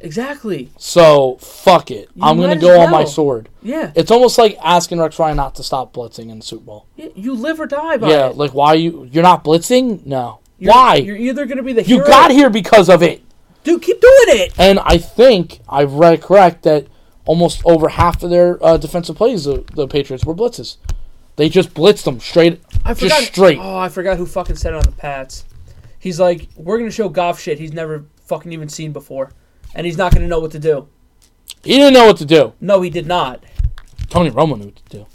Exactly.
So fuck it.
You
I'm
might
gonna
as
go on my
well.
sword.
Yeah.
It's almost like asking Rex Ryan not to stop blitzing in the Super Bowl.
Y- You live or die by
yeah,
it.
like why you you're not blitzing? No.
You're-
why?
You're either gonna be the
you
hero.
got here because of it.
Dude, keep doing it.
And I think I read correct that almost over half of their uh, defensive plays the, the Patriots were blitzes. They just blitzed them straight,
I forgot.
just straight.
Oh, I forgot who fucking said it on the Pats. He's like, we're gonna show Goff shit he's never fucking even seen before, and he's not gonna know what to do.
He didn't know what to do.
No, he did not.
Tony Romo knew what to do.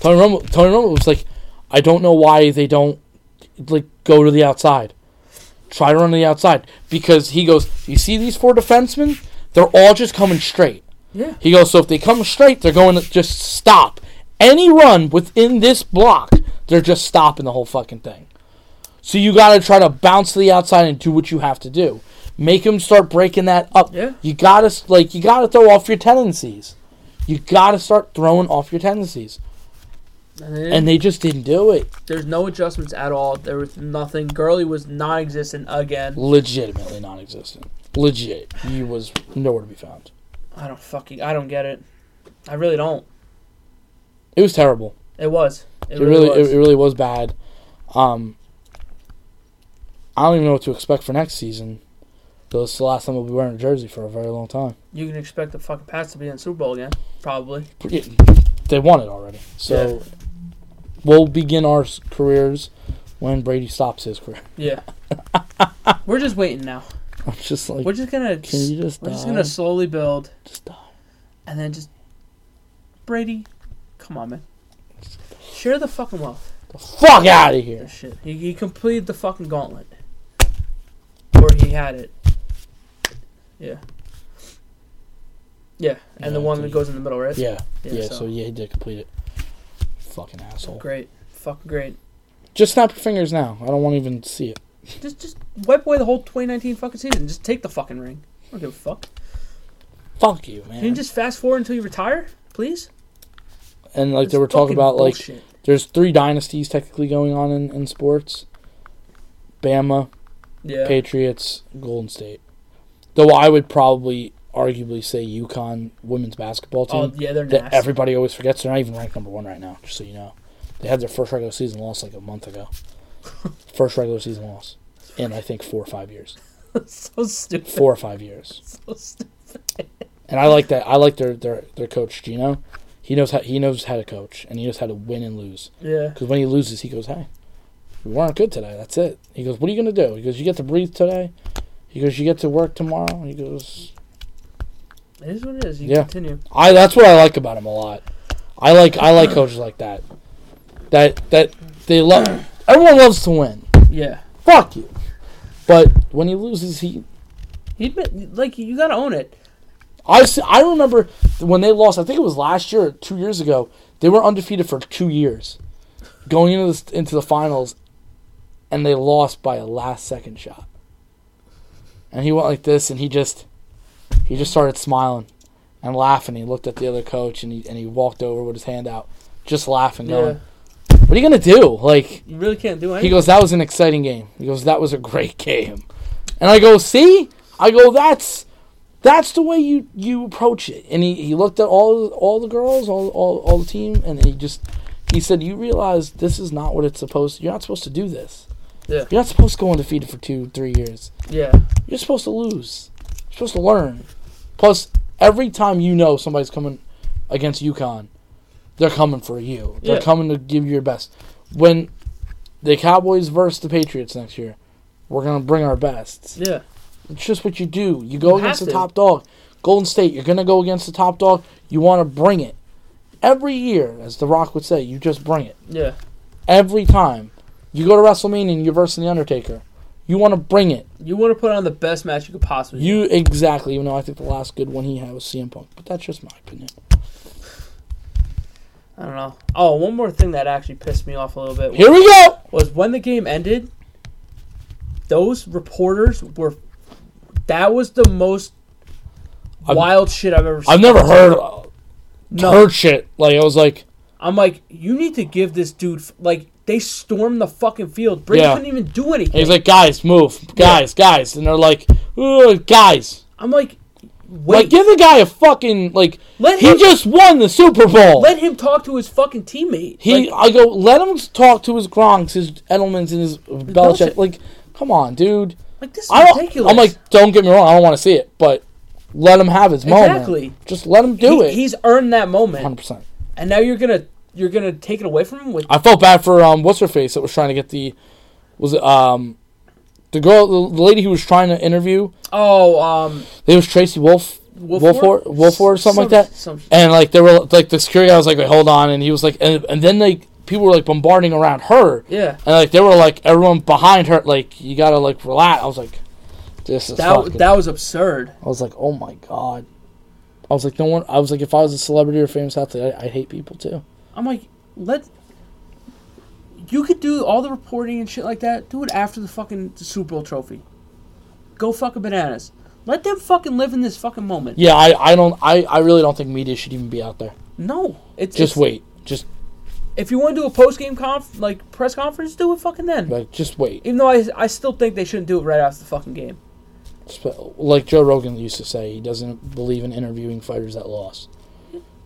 Tony Romo, Tony Romo was like, I don't know why they don't like go to the outside. Try to run to the outside because he goes. You see these four defensemen? They're all just coming straight.
Yeah.
He goes. So if they come straight, they're going to just stop any run within this block. They're just stopping the whole fucking thing. So you got to try to bounce to the outside and do what you have to do. Make them start breaking that up.
Yeah.
You got to like you got to throw off your tendencies. You got to start throwing off your tendencies.
And, then
And they just didn't do it
there's no adjustments at all. There was nothing. Gurley was non-existent again.
legitimately non-existent. Legit. He was nowhere to be found.
I don't fucking. I don't get it. I really don't.
It was terrible.
It was.
It,
It, really,
really
was.
it, it really was bad. Um I don't even know what to expect for next season. Though it's the last time we'll be wearing a jersey for a very long time.
you can expect the fucking Pats to be in the Super Bowl again, probably.
Yeah, they won it already. So we'll begin our s- careers when Brady stops his career.
Yeah. we're just waiting now.
I'm just like,
We're just gonna.
can you just
we're just
die?
gonna slowly build,
Just die.
and then just Brady, come on, man, share the fucking wealth.
The fuck out of here.
This shit. He, he completed the fucking gauntlet, or he had it. Yeah. Yeah, and the
Yeah,
one that
dude.
goes in the middle, right?
Yeah, yeah. so.
so,
yeah, he did complete it. Fucking asshole.
great, fucking great.
Just snap your fingers now. I don't want to even see it.
Just just wipe away the whole 2019 fucking season. Just take the fucking ring. I don't give a fuck.
Fuck you, man.
Can you just fast forward until you retire, please?
and like
This
they were talking
fucking
about, like
bullshit.
there's three dynasties technically going on in, in sports. Bama,
yeah,
Patriots, Golden State. Though I would probably arguably say UConn women's basketball team.
oh yeah, they're
that
nasty.
everybody always forgets. They're not even ranked number one right now, just so you know. They had their first regular season loss like a month ago. first regular season loss in, I think, four or five years.
so stupid.
Four or five years.
So stupid.
And I like that. I like their, their, their coach, Gino. He knows how he knows how to coach, and he knows how to win and lose.
Yeah.
Because when he loses, he goes, "Hey, we weren't good today. That's it." He goes, "What are you gonna do?" He goes, "You get to breathe today." He goes, "You get to work tomorrow." He goes,
It is what it is. You
Yeah.
continue.
I that's what I like about him a lot. I like I like coaches like that. That that they love everyone loves to win.
Yeah.
Fuck you. But when he loses, he
He admit, like you gotta own it.
I s- I remember when they lost. I think it was last year, or two years ago. They were undefeated for two years, going into the, into the finals, and they lost by a last second shot. And he went like this, and he just he just started smiling and laughing. He looked at the other coach, and he and he walked over with his hand out, just laughing,
Yeah.
going, "What are you gonna do?" Like
You really can't do
he
anything.
goes, "That was an exciting game." He goes, "That was a great game," and I go, "See," I go, "That's that's the way you you approach it." And he, he looked at all all the girls, all, all all the team, and he just he said, "You realize this is not what it's supposed. You're not supposed to do this.
Yeah.
You're not supposed to go undefeated for two three years.
yeah.
You're supposed to lose. You're supposed to learn. Plus, every time you know somebody's coming against UConn, they're coming for you. They're
Yeah.
coming to give you your best. When the Cowboys versus the Patriots next year, we're gonna bring our best.
Yeah.
It's just what you do. You go
You have
against the
to.
top dog. Golden State, you're gonna go against the top dog. You want to bring it every year, as The Rock would say. You just bring it
Yeah.
every time. You go to WrestleMania and you're versus the Undertaker. You want to bring it.
You want to put on the best match you could possibly.
You exactly, even though I think the last good one he had was CM Punk, but that's just my opinion.
I don't know. Oh, one more thing that actually pissed me off a little bit
Here we go.
was when the game ended. Those reporters were. That was the most
I've-
wild shit I've ever. seen.
I've never heard uh,
No.
heard shit. Like I was like,
I'm like, you need to give this dude f- like they stormed the fucking field. Brady
Yeah.
couldn't even do anything.
he's like, guys, move, guys, guys, and they're like, "Ugh, guys,
I'm like,
like
wait,
give the guy a fucking like.
Let
he
him-
just won the Super Bowl.
let him talk to his fucking teammate.
he, I
Like,
go, let him talk to his Gronks, his Edelmans, and his Belichick.
Belichick.
Like, come on, dude.
like, this is
I don't,
ridiculous.
I'm like, don't get me wrong, I don't want to see it, but let him have his moment.
Exactly.
Just let him do
He-
it.
He's earned that moment,
100%.
and now you're gonna you're gonna take it away from him with
I felt bad for um, what's her face that was trying to get the was it, um the girl the the lady who was trying to interview.
oh um
It was Tracy Wolf Wolford
Wolford?
Wolford or something like
Some-
that.
some-
And like they were like the security guy was like, Wait, hold on and he was like and, and then like people were like bombarding around her.
yeah.
And like they were like everyone behind her like you gotta like relax. I was like this is
That
fucking-
that was absurd.
I was like, oh my god. I was like, no one. I was like, if I was a celebrity or famous athlete, I, I hate people too.
I'm like, let. You could do all the reporting and shit like that. Do it after the fucking Super Bowl trophy. Go fucking bananas. Let them fucking live in this fucking moment.
Yeah, I, I don't. I, I really don't think media should even be out there.
No, it's
Just
it's-
wait. Just
If you want to do a post game conf like press conference, do it fucking then.
like just wait.
Even though I I still think they shouldn't do it right after the fucking game.
Sp- Like Joe Rogan used to say, he doesn't believe in interviewing fighters that lost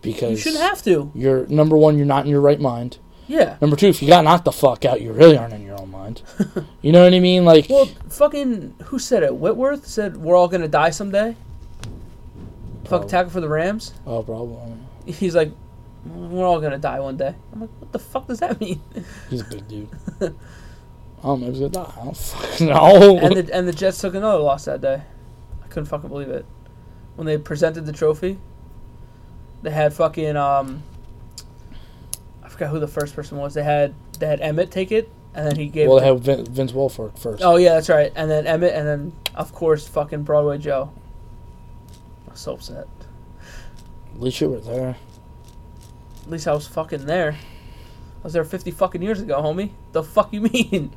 because
You shouldn't have to.
You're number one. You're not in your right mind.
Yeah.
Number two, if you got knocked the fuck out, you really aren't in your own mind. you know what I mean? Like,
Well, fucking who said it? Whitworth said we're all gonna die someday. Fucking
Oh.
tackle for the Rams.
oh, probably.
He's like, we're all gonna die one day. I'm like, what the fuck does that mean?
He's a big dude. I don't know. if He's gonna die. I don't fucking know.
and the and the Jets took another loss that day. I couldn't fucking believe it. When they presented the trophy, they had fucking um I forgot who the first person was. They had they had Emmett take it and then he gave
well,
it
they
to-
have Vin- Vince Wilfork first.
Oh yeah, that's right. And then Emmett and then of course fucking Broadway Joe. I was so upset.
At least you were there.
At least I was fucking there. I was there 50 fucking years ago, homie. The fuck you mean?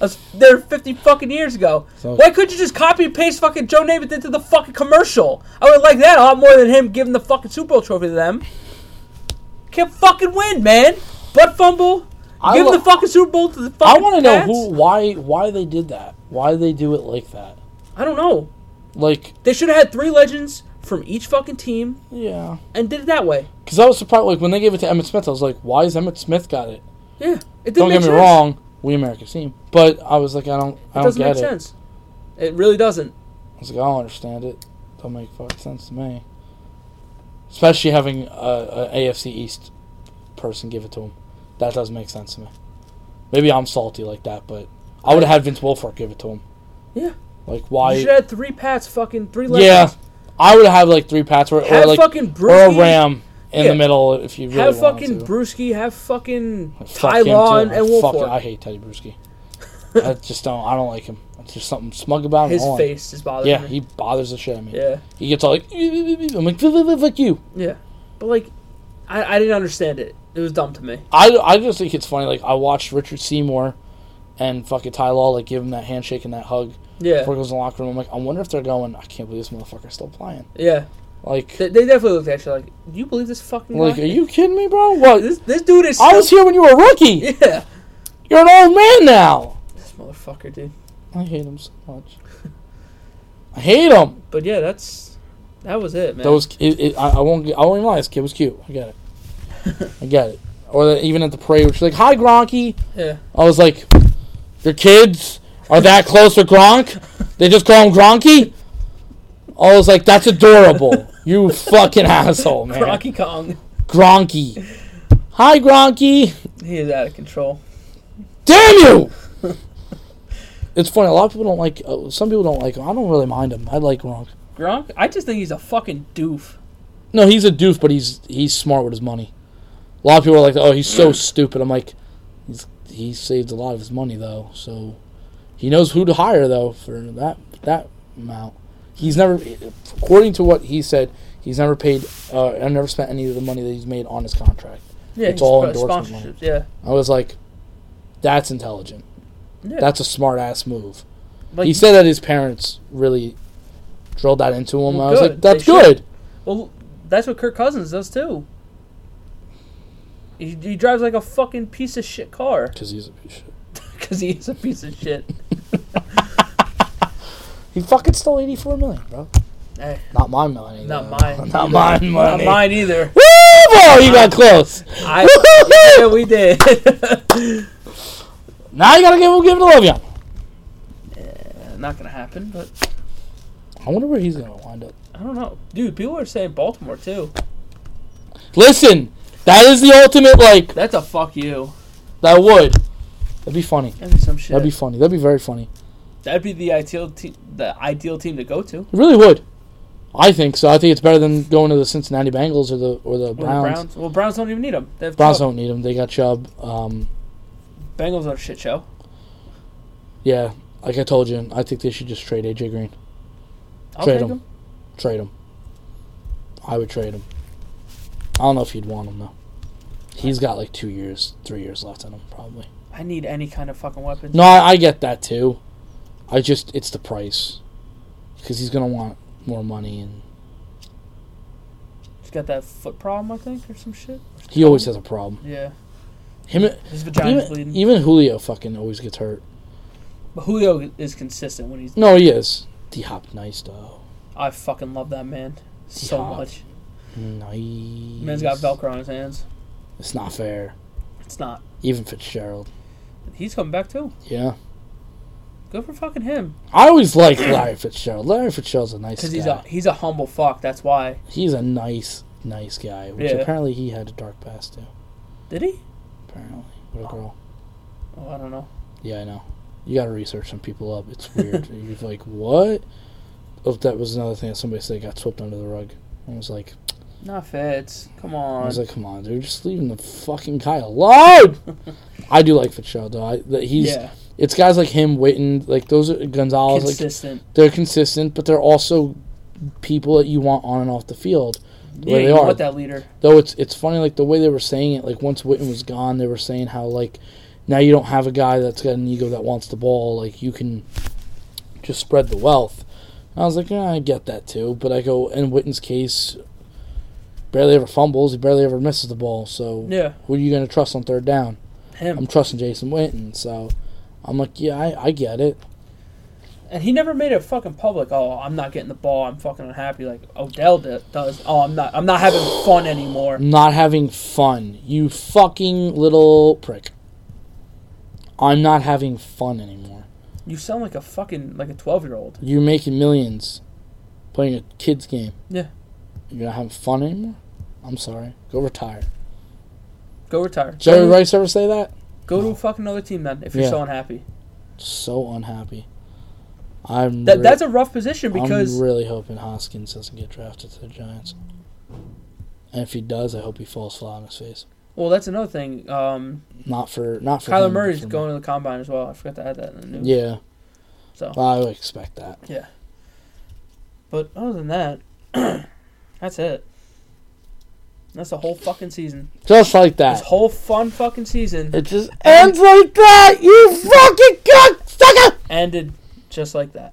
I was there 50 fucking years ago.
So-
Why couldn't you just copy and paste fucking Joe Namath into the fucking commercial? I would like that a lot more than him giving the fucking Super Bowl trophy to them. Can't fucking win, man. Butt fumble.
I
Give
wa-
the fucking Super Bowl to the
I
fucking.
want to know
Pats?
who, why, why they did that. Why they do it like that?
I don't know.
Like,
They should have had three legends from each fucking team
yeah,
and did it that way.
because I was surprised. Like when they gave it to Emmett Smith, I was like, why is Emmett Smith got it?
Yeah, it didn't
Don't
make
get me
sense.
wrong, we America's team, but I was like, I don't, I
It
don't
doesn't
get
make
it.
sense. It really doesn't.
I was like, I don't understand it. Don't make fucking sense to me. Especially having a, a AFC East person give it to him. That doesn't make sense to me. Maybe I'm salty like that, but I would have had Vince Wilfork give it to him.
Yeah.
Like why?
You should have three Pats, fucking three
Yeah,
legends.
I would have like three pats or, or
Have
like
fucking
or a
Brewski.
ram in
Yeah.
the middle if you really
have
want
fucking
to.
Brewski. Have fucking
Fuck
Ty
him, too.
Law and
I fuck- I
Wolford.
hate Teddy Bruschi. I just don't. I don't like him. It's just something smug about him.
His
I don't like him.
face is bothering
Yeah,
me.
he bothers the shit out of me.
yeah,
He gets all like, I'm like, fuck you.
yeah. But like, I, I didn't understand it. It was dumb to me.
I, I just think it's funny. Like I watched Richard Seymour and fucking Ty Law like give him that handshake and that hug
Yeah,
before he goes in the locker room. I'm like, I wonder if they're going. I can't believe this motherfucker's still playing.
yeah.
Like,
They, they definitely looked at you like, do you believe this fucking?
like,
guy?
are you kidding me, bro? What?
This this dude is.
I
so-
was here when you were a rookie.
Yeah.
You're an old man now.
This motherfucker, dude.
I hate him so much. I hate him.
But yeah, that's that was it, man.
That was it, it, I, I won't. I won't even lie. This kid was cute. I get it. I get it. Or that even at the parade, which like, "Hi, Gronky."
yeah.
I was like, "Your kids are that close to Gronk? They just call him Gronky." I was like, "That's adorable." You fucking asshole, man.
Rocky Kong.
Gronky. Hi, Gronky.
He is out of control.
Damn you! it's funny. A lot of people don't like. Uh, some people don't like him. I don't really mind him. I like Gronk.
Gronk. I just think he's a fucking doof.
No, he's a doof, but he's he's smart with his money. A lot of people are like, "Oh, he's so stupid." I'm like, he's, he saved a lot of his money though, so he knows who to hire though for that that amount. He's never, according to what he said, he's never paid uh, and never spent any of the money that he's made on his contract.
Yeah,
It's all
spro-
endorsement money.
sponsorships. Yeah,
I was like, that's intelligent.
Yeah.
That's a smart ass move.
like,
he said that his parents really drilled that into him.
Well,
I was
good.
like, that's
They should.
good.
Well, that's what Kirk Cousins does too. He, he drives like a fucking piece of shit car
Because he's a piece of shit.
because he is a piece of shit.
He fucking stole 84 million, bro.
Hey,
Not my money.
Not
though.
mine
Not
either.
mine money.
not mine either.
Woo, boy, you got close.
I, yeah,
Woo-hoo-hoo!
we did.
Now you gotta give him, give it to Le'Veon.
Not gonna happen, but
I wonder where he's gonna wind up.
I don't know, dude. People are saying Baltimore too.
Listen, that is the ultimate. Like
That's a fuck you.
that would. That'd be funny.
That'd be some shit.
That'd be funny. That'd be very funny.
That'd be the ideal te- the ideal team to go to.
It really would. I think so. I think it's better than going to the Cincinnati Bengals or the or the
Or the
Browns.
Browns. Well, Browns don't even need them. They have
Browns
Chubb.
don't need him. They got Chubb. Um,
Bengals are a shit show.
yeah, like I told you, I think they should just trade AJ Green.
I'll
Trade
take
'em.
them.
Trade him. I would trade him. I don't know if you'd want him though. He's got like two years, three years left in him probably.
I need any kind of fucking weapons.
No, I, I get that too. I just it's the price because he's gonna want more money, and
He's got that foot problem, I think, or some shit.
he always has a problem.
Yeah,
Him, e-,
his vagina's
even,
bleeding.
even Julio fucking always gets hurt.
but Julio is consistent when he's.
No, he is. D Hop, nice though.
I fucking love that man so
Yeah.
much.
Nice.
Man's got Velcro on his hands.
It's not fair.
It's not.
Even Fitzgerald.
He's coming back too.
Yeah.
Good for fucking him.
I always like Larry Fitzgerald. Larry Fitzgerald's a nice guy.
Because he's a he's a humble fuck. That's why.
he's a nice, nice guy. Which
Yeah.
apparently he had a dark past too.
Did he?
Apparently, what a girl.
Oh, I don't know.
Yeah, I know. You gotta research some people up. It's weird. You're like, what? Oh, that was another thing that somebody said got swept under the rug. I was like,
Not Fitz. Come
I
on.
was like, come on, dude, just leaving the fucking guy alone. I do like Fitzgerald though. I, that he's
yeah,
it's guys like him, Witten, like those are Gonzalez. Like
consistent.
they're consistent, but they're also people that you want on and off the field.
yeah,
where they
you
are.
want that leader.
Though it's it's funny, like the way they were saying it, like once Witten was gone, they were saying how like now you don't have a guy that's got an ego that wants the ball, like you can just spread the wealth. And I was like, yeah, I get that too, but I go in Witten's case, barely ever fumbles, he barely ever misses the ball, so
Yeah,
who are you gonna trust on third down?
him.
I'm trusting Jason Witten, so I'm like, yeah, I, I get it.
And he never made it fucking public. Oh, I'm not getting the ball. I'm fucking unhappy. Like Odell d- does. Oh, I'm not. I'm not having fun anymore.
not having fun. You fucking little prick. I'm not having fun anymore.
You sound like a fucking like a twelve year old.
You're making millions playing a kid's game.
Yeah.
You're not having fun anymore? I'm sorry. Go retire.
Go retire.
Jerry
go,
Rice ever say that?
Go to fucking another team then if you're
Yeah.
so unhappy.
So unhappy. I'm
That
re-
that's a rough position because
I'm really hoping Hoskins doesn't get drafted to the Giants. And if he does, I hope he falls flat on his face.
well that's another thing. Um,
Not for not for
Kyler
him,
Murray's
for me.
going to the combine as well. I forgot to add that in the news.
Yeah,
So,
I would expect that.
but other than that, that's it. That's the whole fucking season.
Just like that.
This whole fun fucking season
It just ends like that, you fucking cocksucker!
ended just like that.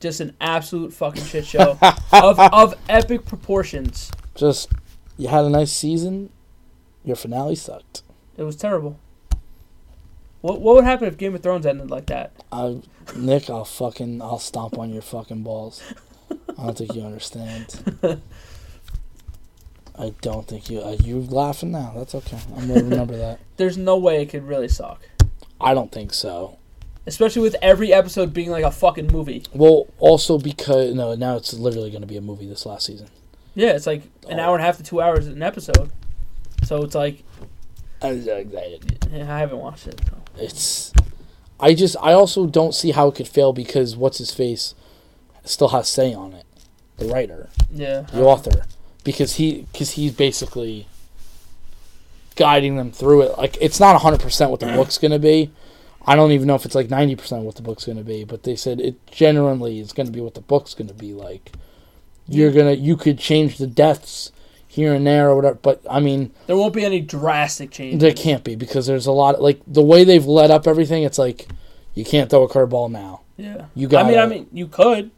Just an absolute fucking shit show of of epic proportions.
Just, you had a nice season. Your finale sucked.
It was terrible. What what would happen if Game of Thrones ended like that?
I, Nick, I'll fucking, I'll stomp on your fucking balls. I don't think you understand. I don't think you. Uh, you're laughing now. That's okay. I'm gonna remember that.
There's no way it could really suck.
I don't think so.
Especially with every episode being like a fucking movie.
Well, also because no, now it's literally gonna be a movie this last season.
Yeah, it's like an hour and a half to two hours an episode. So it's like
I'm so excited.
eh, I haven't watched it. so.
it's I just I also don't see how it could fail because what's his face still has say on it, the writer,
Yeah.
the author, because he because he's basically guiding them through it. Like it's not hundred percent what the book's gonna be. I don't even know if it's like ninety percent what the book's gonna be, but they said it generally is gonna be what the book's gonna be like. You're gonna you could change the deaths. here and there or whatever. But I mean,
There won't be any drastic changes.
there can't be because there's a lot like the way they've led up everything. It's like you can't throw a curveball now.
yeah.
You
I mean,
gotta-
I mean, you could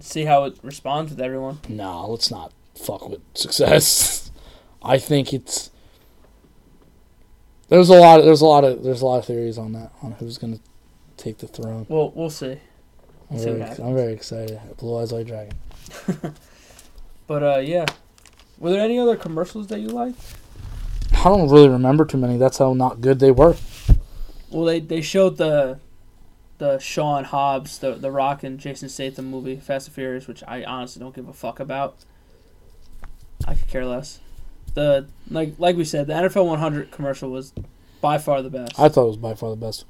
see how it responds with everyone.
No, let's not fuck with success. I think it's there's a lot. There's a lot of there's a lot of theories on that on who's gonna take the throne.
Well, we'll see.
I'm,
See what
very, ex- I'm
happens.
very excited. Blue eyes white dragon.
But uh, yeah. Were there any other commercials that you liked?
I don't really remember too many. That's how not good they were.
Well, they they showed the the Sean Hobbs, the the Rock and Jason Statham movie, Fast and Furious, which I honestly don't give a fuck about. I could care less. The like like we said, the NFL 100 commercial was by far the best.
I thought it was by far the best.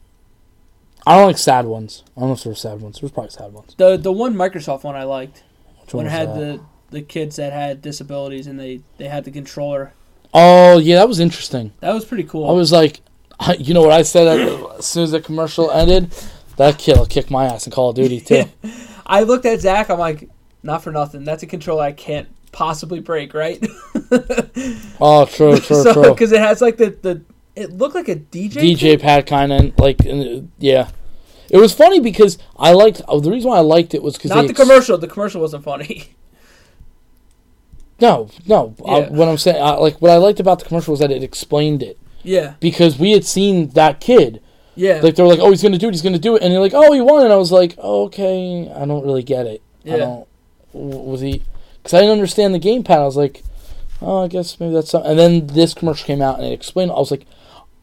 I don't like sad ones. I don't know if there were sad ones. There was probably sad ones.
the the one Microsoft one I liked
Which
when
one
it
was
had
that?
the the kids that had disabilities and they they had the controller.
Oh yeah, that was interesting.
That was pretty cool.
I was like, I, you know what I said at, as soon as the commercial ended? That kid will kick my ass in Call of Duty too.
I looked at Zach. I'm like, not for nothing. That's a controller I can't possibly break, right?
oh, true, true, true.
because it has like the the it looked like a DJ.
DJ Pat kind of like and, uh, yeah. It was funny because I liked oh, the reason why I liked it was because
Not the commercial. The commercial wasn't funny.
No, no. I-
Yeah.
what I'm saying, I, like what I liked about the commercial was that it explained it
yeah,
because we had seen that kid.
yeah,
Like they were like, oh, he's gonna do it, he's gonna do it, and they're like, oh, he won, and I was like, oh, okay, I don't really get it.
yeah.
I don't. w- Was he? Because I didn't understand the game plan. I was like, oh, I guess maybe that's something. And then this commercial came out and it explained. I was like,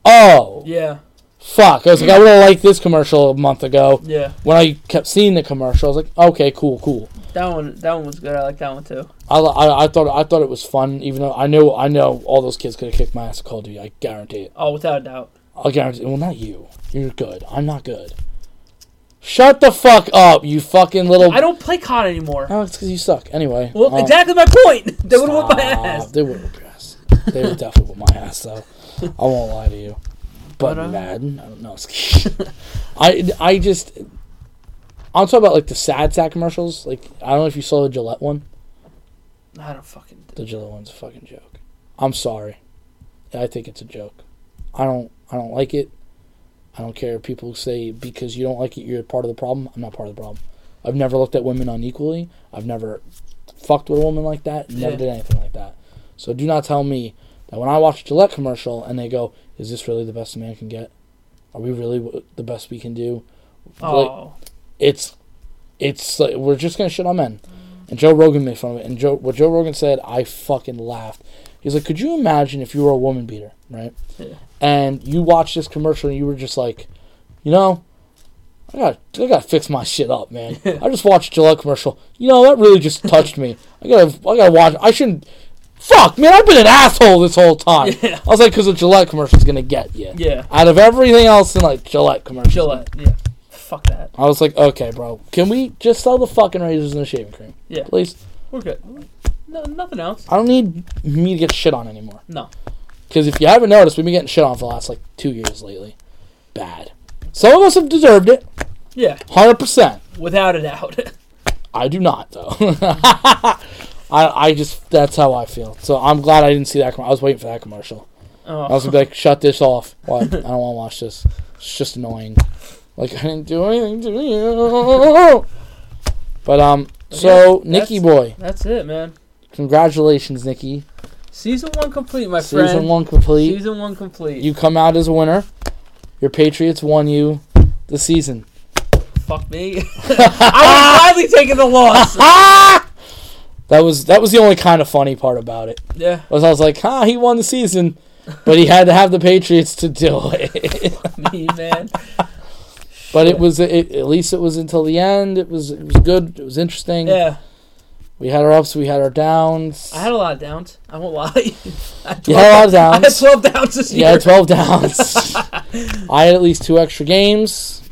oh,
yeah,
fuck. I was like, I would have liked this commercial a month ago.
yeah.
When I kept seeing the commercial, I was like, okay, cool, cool.
That one, that one was good. I like that one too.
I, li- I, I thought I thought it was fun, even though I know I know all those kids could have kicked my ass at Call of Duty. I guarantee it.
Oh, without a doubt.
I guarantee. Well, not you. You're good. I'm not good. Shut the fuck up, you fucking little.
I don't play COD anymore.
No, it's because you suck. Anyway.
Well,
um,
exactly my point. they would have
Stop.
whooped my ass.
They would whoop your ass. They would definitely whoop my ass, though. I won't lie to you. But,
But, uh,
Madden, I don't know. I I just I'm talking about like the sad sack commercials. Like I don't know if you saw the Gillette one.
I don't fucking.
The Gillette one's a fucking joke. I'm sorry. I think it's a joke. I don't I don't like it. I don't care if people say because you don't like it you're part of the problem. I'm not part of the problem. I've never looked at women unequally. I've never fucked with a woman like that. Never
Yeah.
did anything like that. So do not tell me that when I watch a Gillette commercial and they go, "Is this really the best a man can get? Are we really w- the best we can do?"
Oh,
it's it's like we're just gonna shit on men. And Joe Rogan made fun of it. And Joe what Joe Rogan said, I fucking laughed. He's like, Could you imagine if you were a woman beater, right?
Yeah.
And you watched this commercial and you were just like, you know, I got I gotta fix my shit up, man. I just watched a Gillette commercial. You know, that really just touched me. I gotta I gotta watch I shouldn't Fuck, man, I've been an asshole this whole time.
Yeah.
I was like, because a Gillette commercial's gonna get you.
yeah.
Out of everything else in like Gillette commercial.
Gillette. Yeah. Fuck that.
I was like, okay, bro, can we just sell the fucking razors and the shaving cream?
Yeah.
Please.
We're good. No, nothing else.
I don't need me to get shit on anymore.
No.
Because if you haven't noticed, we've been getting shit on for the last like two years lately. Bad. Some of us have deserved it,
Yeah,
hundred percent.
without a doubt.
I do not though. I I just that's how I feel. So I'm glad I didn't see that. Com- I was waiting for that commercial.
oh.
I was gonna be like, shut this off. What? I don't want to watch this. It's just annoying. Like I didn't do anything to you. But um, so
Yeah,
Nikki
that's-
boy.
That's it, man.
Congratulations, Nikki.
Season one complete, my
Season
friend.
one complete.
Season one complete.
You come out as a winner. Your Patriots won you the season.
fuck me. I was gladly taking the loss.
Ah! That was that was the only kind of funny part about it.
yeah.
Was I was like, huh, he won the season, but he had to have the Patriots to do it.
me, man.
but it was it, at least it was until the end. It was it was good. It was interesting.
Yeah.
We had our ups. We had our downs.
I had a lot of downs. I won't lie. I had
You had a lot of
I had
downs.
12 downs this
Yeah,
year.
twelve downs. I had at least two extra games.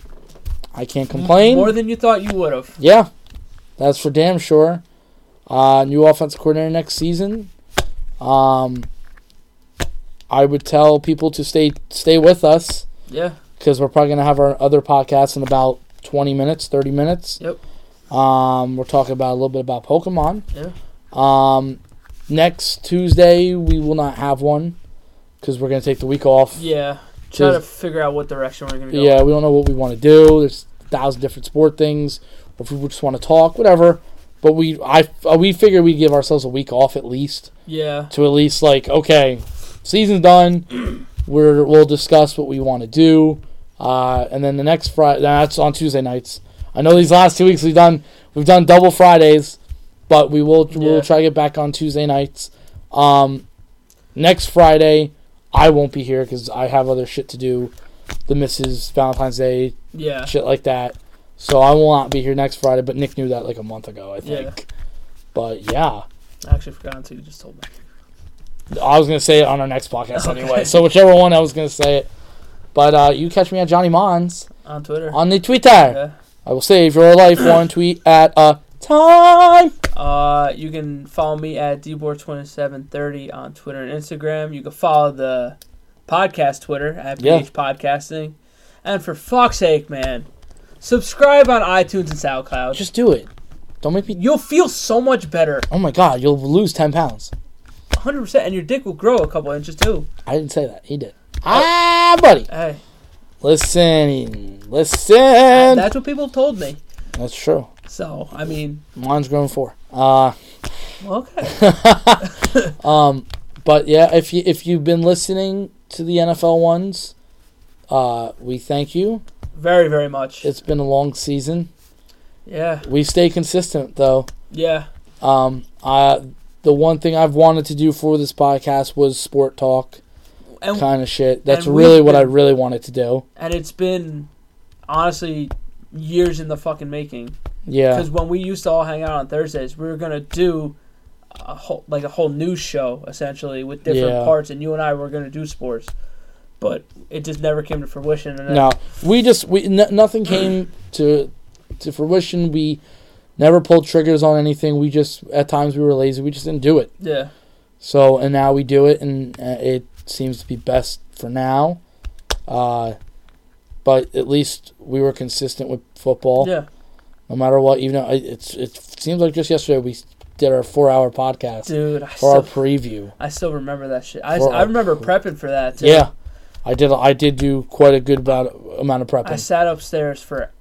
I can't complain.
More than you thought you would have.
Yeah, that's for damn sure. Uh, new offensive coordinator next season. Um, I would tell people to stay stay with us
Yeah.
because we're probably gonna have our other podcast in about twenty minutes, thirty minutes.
Yep.
Um, we're talking about a little bit about Pokemon.
Yeah.
Um, next Tuesday we will not have one because we're gonna take the week off.
Yeah. Try to
Just-
figure out what direction we're going to go.
Yeah, we don't know what we want to do. There's a thousand different sport things, or if we just want to talk, whatever. But we, I, uh, we figure we'd give ourselves a week off at least
Yeah.
to at least like, okay, season's done. We're we'll discuss what we want to do, uh, and then the next Friday. That's on Tuesday nights. I know these last two weeks we've done we've done double Fridays, but we will
Yeah.
we'll try to get back on Tuesday nights. Um, next Friday, I won't be here because I have other shit to do. The missus Valentine's Day
Yeah.
shit like that. So I will not be here next Friday, but Nick knew that like a month ago, I
Yeah.
think. But yeah,
I actually forgot until you just told me.
I was gonna say it on our next podcast
Okay.
anyway. So whichever one I was gonna say it. But uh, you catch me at Johnny Mons
On Twitter.
on the Twitter.
yeah.
I will save your life one tweet at a time.
Uh, you can follow me at dbor2730 on Twitter and Instagram. You can follow the podcast Twitter at
Yeah.
PH Podcasting. And for fuck's sake, man, subscribe on iTunes and SoundCloud.
Just do it. Don't make me.
You'll feel so much better,
Oh my God, you'll lose ten pounds.
100%, and your dick will grow a couple inches too.
I didn't say that. He did. Ah, buddy.
Hey,
Listen,
and
listen.
that's what people told me.
That's true.
So, I mean,
Mine's grown four. Uh,
okay.
um, but yeah, if you if you've been listening to the NFL ones, uh, we thank you.
Very, very much.
It's been a long season.
Yeah,
We stay consistent though.
yeah,
Um, I the one thing I've wanted to do for this podcast was sport talk
and
kind of shit. That's
and
really
we've
what I
been-
really wanted to do.
and it's been honestly years in the fucking making.
Yeah,
Because when we used to all hang out on Thursdays, we were gonna do a whole like a whole news show essentially with different
Yeah.
parts, and you and I were gonna do sports, but it just never came to fruition. And then-
no, we just we n- nothing came to to fruition. We never pulled triggers on anything. We just at times we were lazy. We just didn't do it.
yeah,
So and now we do it, and uh, it seems to be best for now. Uh, but at least we were consistent with football.
yeah,
no matter what. Even though I- it's it seems like just yesterday we did our four hour podcast
dude, I
for our
still,
preview.
I still remember that shit. I,
For
I
our-
remember prepping for that. Too.
Yeah, I did. I did do quite a good about, amount of
I
prepping.
sat upstairs for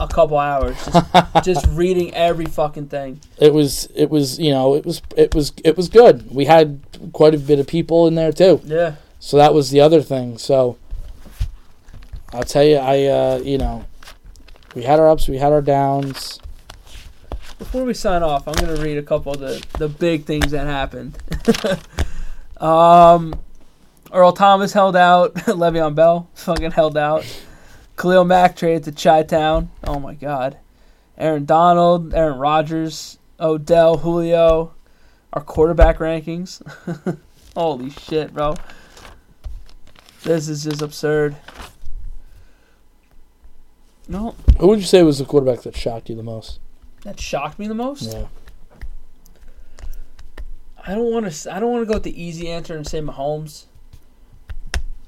a couple hours, just, just reading every fucking thing.
It was it was you know it was it was it was good. We had quite a bit of people in there too,
Yeah,
so that was the other thing. So I'll tell you, I uh, you know we had our ups, we had our downs.
Before we sign off, I'm gonna read a couple of the, the big things that happened. um, Earl Thomas held out. Le'Veon Bell fucking held out. Khalil Mack traded to Chi Town. Oh my God. Aaron Donald, Aaron Rodgers, Odell, Julio. Our quarterback rankings. Holy shit, bro. This is just absurd. No,
Who would you say was the quarterback that shocked you the most?
that shocked me the most.
Yeah,
I don't want to. I don't want to go with the easy answer and say Mahomes,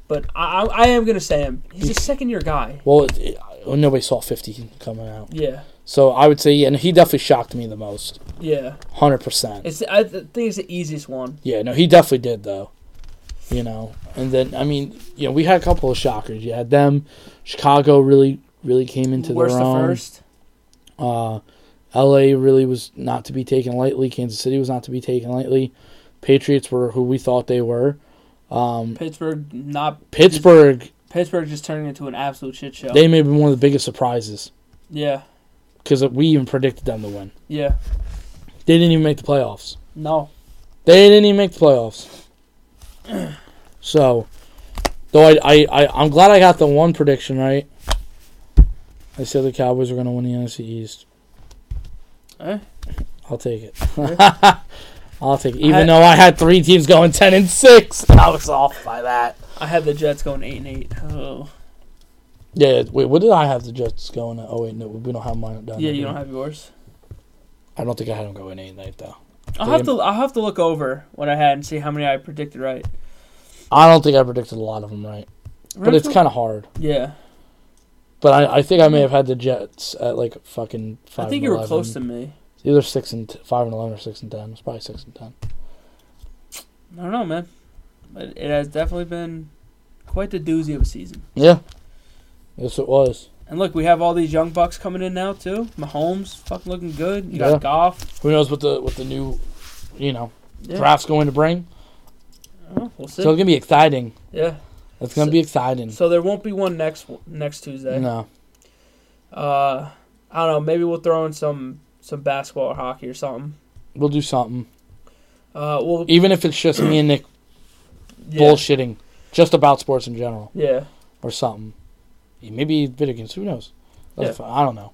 but I, I, I am gonna say him. He's a second year guy.
well, it, it, nobody saw fifty coming out.
Yeah,
So I would say, yeah, and he definitely shocked me the most,
yeah.
hundred percent.
It's I th- think it's the easiest one.
Yeah, no, he definitely did though. You know, and then I mean, you know, we had a couple of shockers. You had them, Chicago really, really came into
Worst
their
to
own.
first.
Uh, L.A. really was not to be taken lightly. Kansas City was not to be taken lightly. Patriots were who we thought they were. Um,
Pittsburgh not
Pittsburgh,
Pittsburgh just turning into an absolute shit show.
they may be one of the biggest surprises
yeah,
because we even predicted them to win.
yeah.
They didn't even make the playoffs.
No,
They didn't even make the playoffs. So, though I, I, I, I'm glad I got the one prediction right. I said the Cowboys were going to win the NFC East.
Eh?
I'll take it.
Eh?
I'll take it. Even
I-
though I had three teams going 10 and 6, I was off by that.
I had the Jets going eight and eight. Oh,
Yeah, wait, what did I have the Jets going at? Oh, wait, no, we don't have mine done.
yeah. You don't have yours.
I don't think I had them going 8 and 8, though.
I'll have
Damn.
to I'll have to look over what I had and see how many I predicted right.
I don't think I predicted a lot of them right. But it's kind of hard.
yeah.
But I, I think I may have had the Jets at like fucking 5
I think
and
you were
11.
close to me.
It's either six and t- five and eleven or six and ten. It's probably six and ten.
I don't know, man. But it has definitely been quite the doozy of a season.
Yeah. Yes, it was.
And look, we have all these young bucks coming in now too. Mahomes fucking looking good. You got
Yeah.
Goff.
Who knows what the what the new, you know,
Yeah.
draft's going to bring?
Oh, we'll see.
So it's gonna be exciting.
yeah.
It's gonna
So-
be exciting.
So there won't be one next next Tuesday.
No.
Uh, I don't know. Maybe we'll throw in some some basketball or hockey or something.
We'll do something.
Uh, we'll
Even if it's just me and Nick
yeah,
bullshitting just about sports in general
Yeah,
or something. Maybe video games. Who knows? That's
Yeah.
fine. I don't know.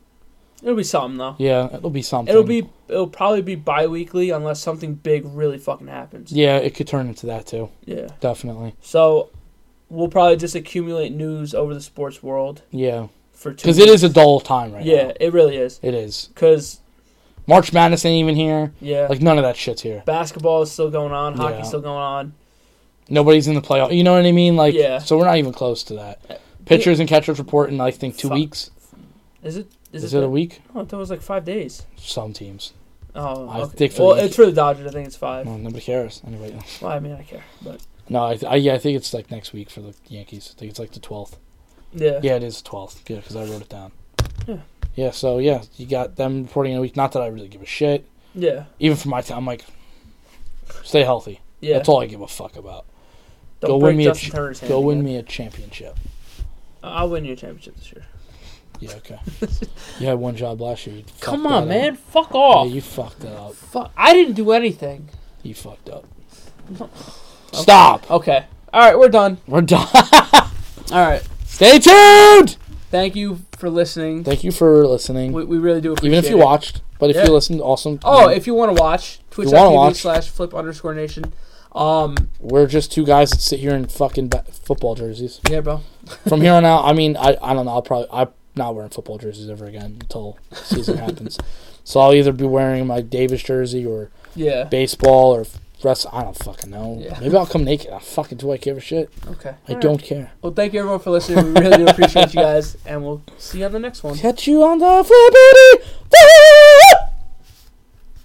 it'll be something though.
Yeah, it'll be something.
It'll be it'll probably be bi-weekly unless something big really fucking happens.
Yeah, it could turn into that too.
Yeah.
Definitely.
So we'll probably just accumulate news over the sports world
Yeah,
for two.
because it
weeks.
is a dull time right
Yeah,
now.
it really is.
It is.
Cause
March Madness ain't even here.
yeah,
Like none of that shit's here.
basketball is still going on, hockey's
Yeah.
still going on.
Nobody's in the playoff. You know what I mean? Like,
Yeah.
so we're not even close to that. Pitchers and catchers report in I think two
Fuck.
weeks.
Is it? Is,
Is, it a
that-
week?
Oh, that was like five days.
Some teams.
Oh,
I
okay.
think for
well,
the-
it's for the Dodgers. I think it's five.
Well, nobody cares anyway.
Well, I mean, I care, but
No, I, I yeah, I think it's like next week for the Yankees. I think it's like the twelfth.
yeah,
Yeah, it is twelfth. Yeah, because I wrote it down.
Yeah.
Yeah. So yeah, you got them reporting in a week. Not that I really give a shit.
yeah,
Even for my time, I'm like, stay healthy.
yeah.
That's all I give a fuck about.
Don't
go
break
win me a
Justin
ch-
Turner's hand
Go win
again.
me a championship.
I'll win you a championship this year.
Yeah. Okay. you had one job last year. You fucked
Come
that
on,
up.
man. Oh. Fuck off.
Yeah, you fucked that up.
Fuck. I didn't do anything.
You fucked up.
No.
Stop.
Okay. All right, we're done.
We're done.
All right.
Stay tuned.
Thank you for listening.
Thank you for listening.
We, we really do appreciate
Even if you
it.
watched, but if
Yeah.
you listened, awesome.
Oh, if you want to watch,
wanna
twitch.tv
watch.
slash flip underscore nation. Um,
we're just two guys that sit here in fucking ba- football jerseys.
yeah, bro.
From here on out, I mean, I, I don't know. I'll probably I'm not wearing football jerseys ever again until season happens. So I'll either be wearing my Davis jersey or
Yeah.
baseball or rest. I don't fucking know.
Yeah.
Maybe I'll come naked. I fucking do. I give a shit.
Okay.
I
All
don't care.
right. Well, thank you everyone for listening. We really do appreciate you guys, and we'll see you on the next one.
Catch you on the flippity. flip.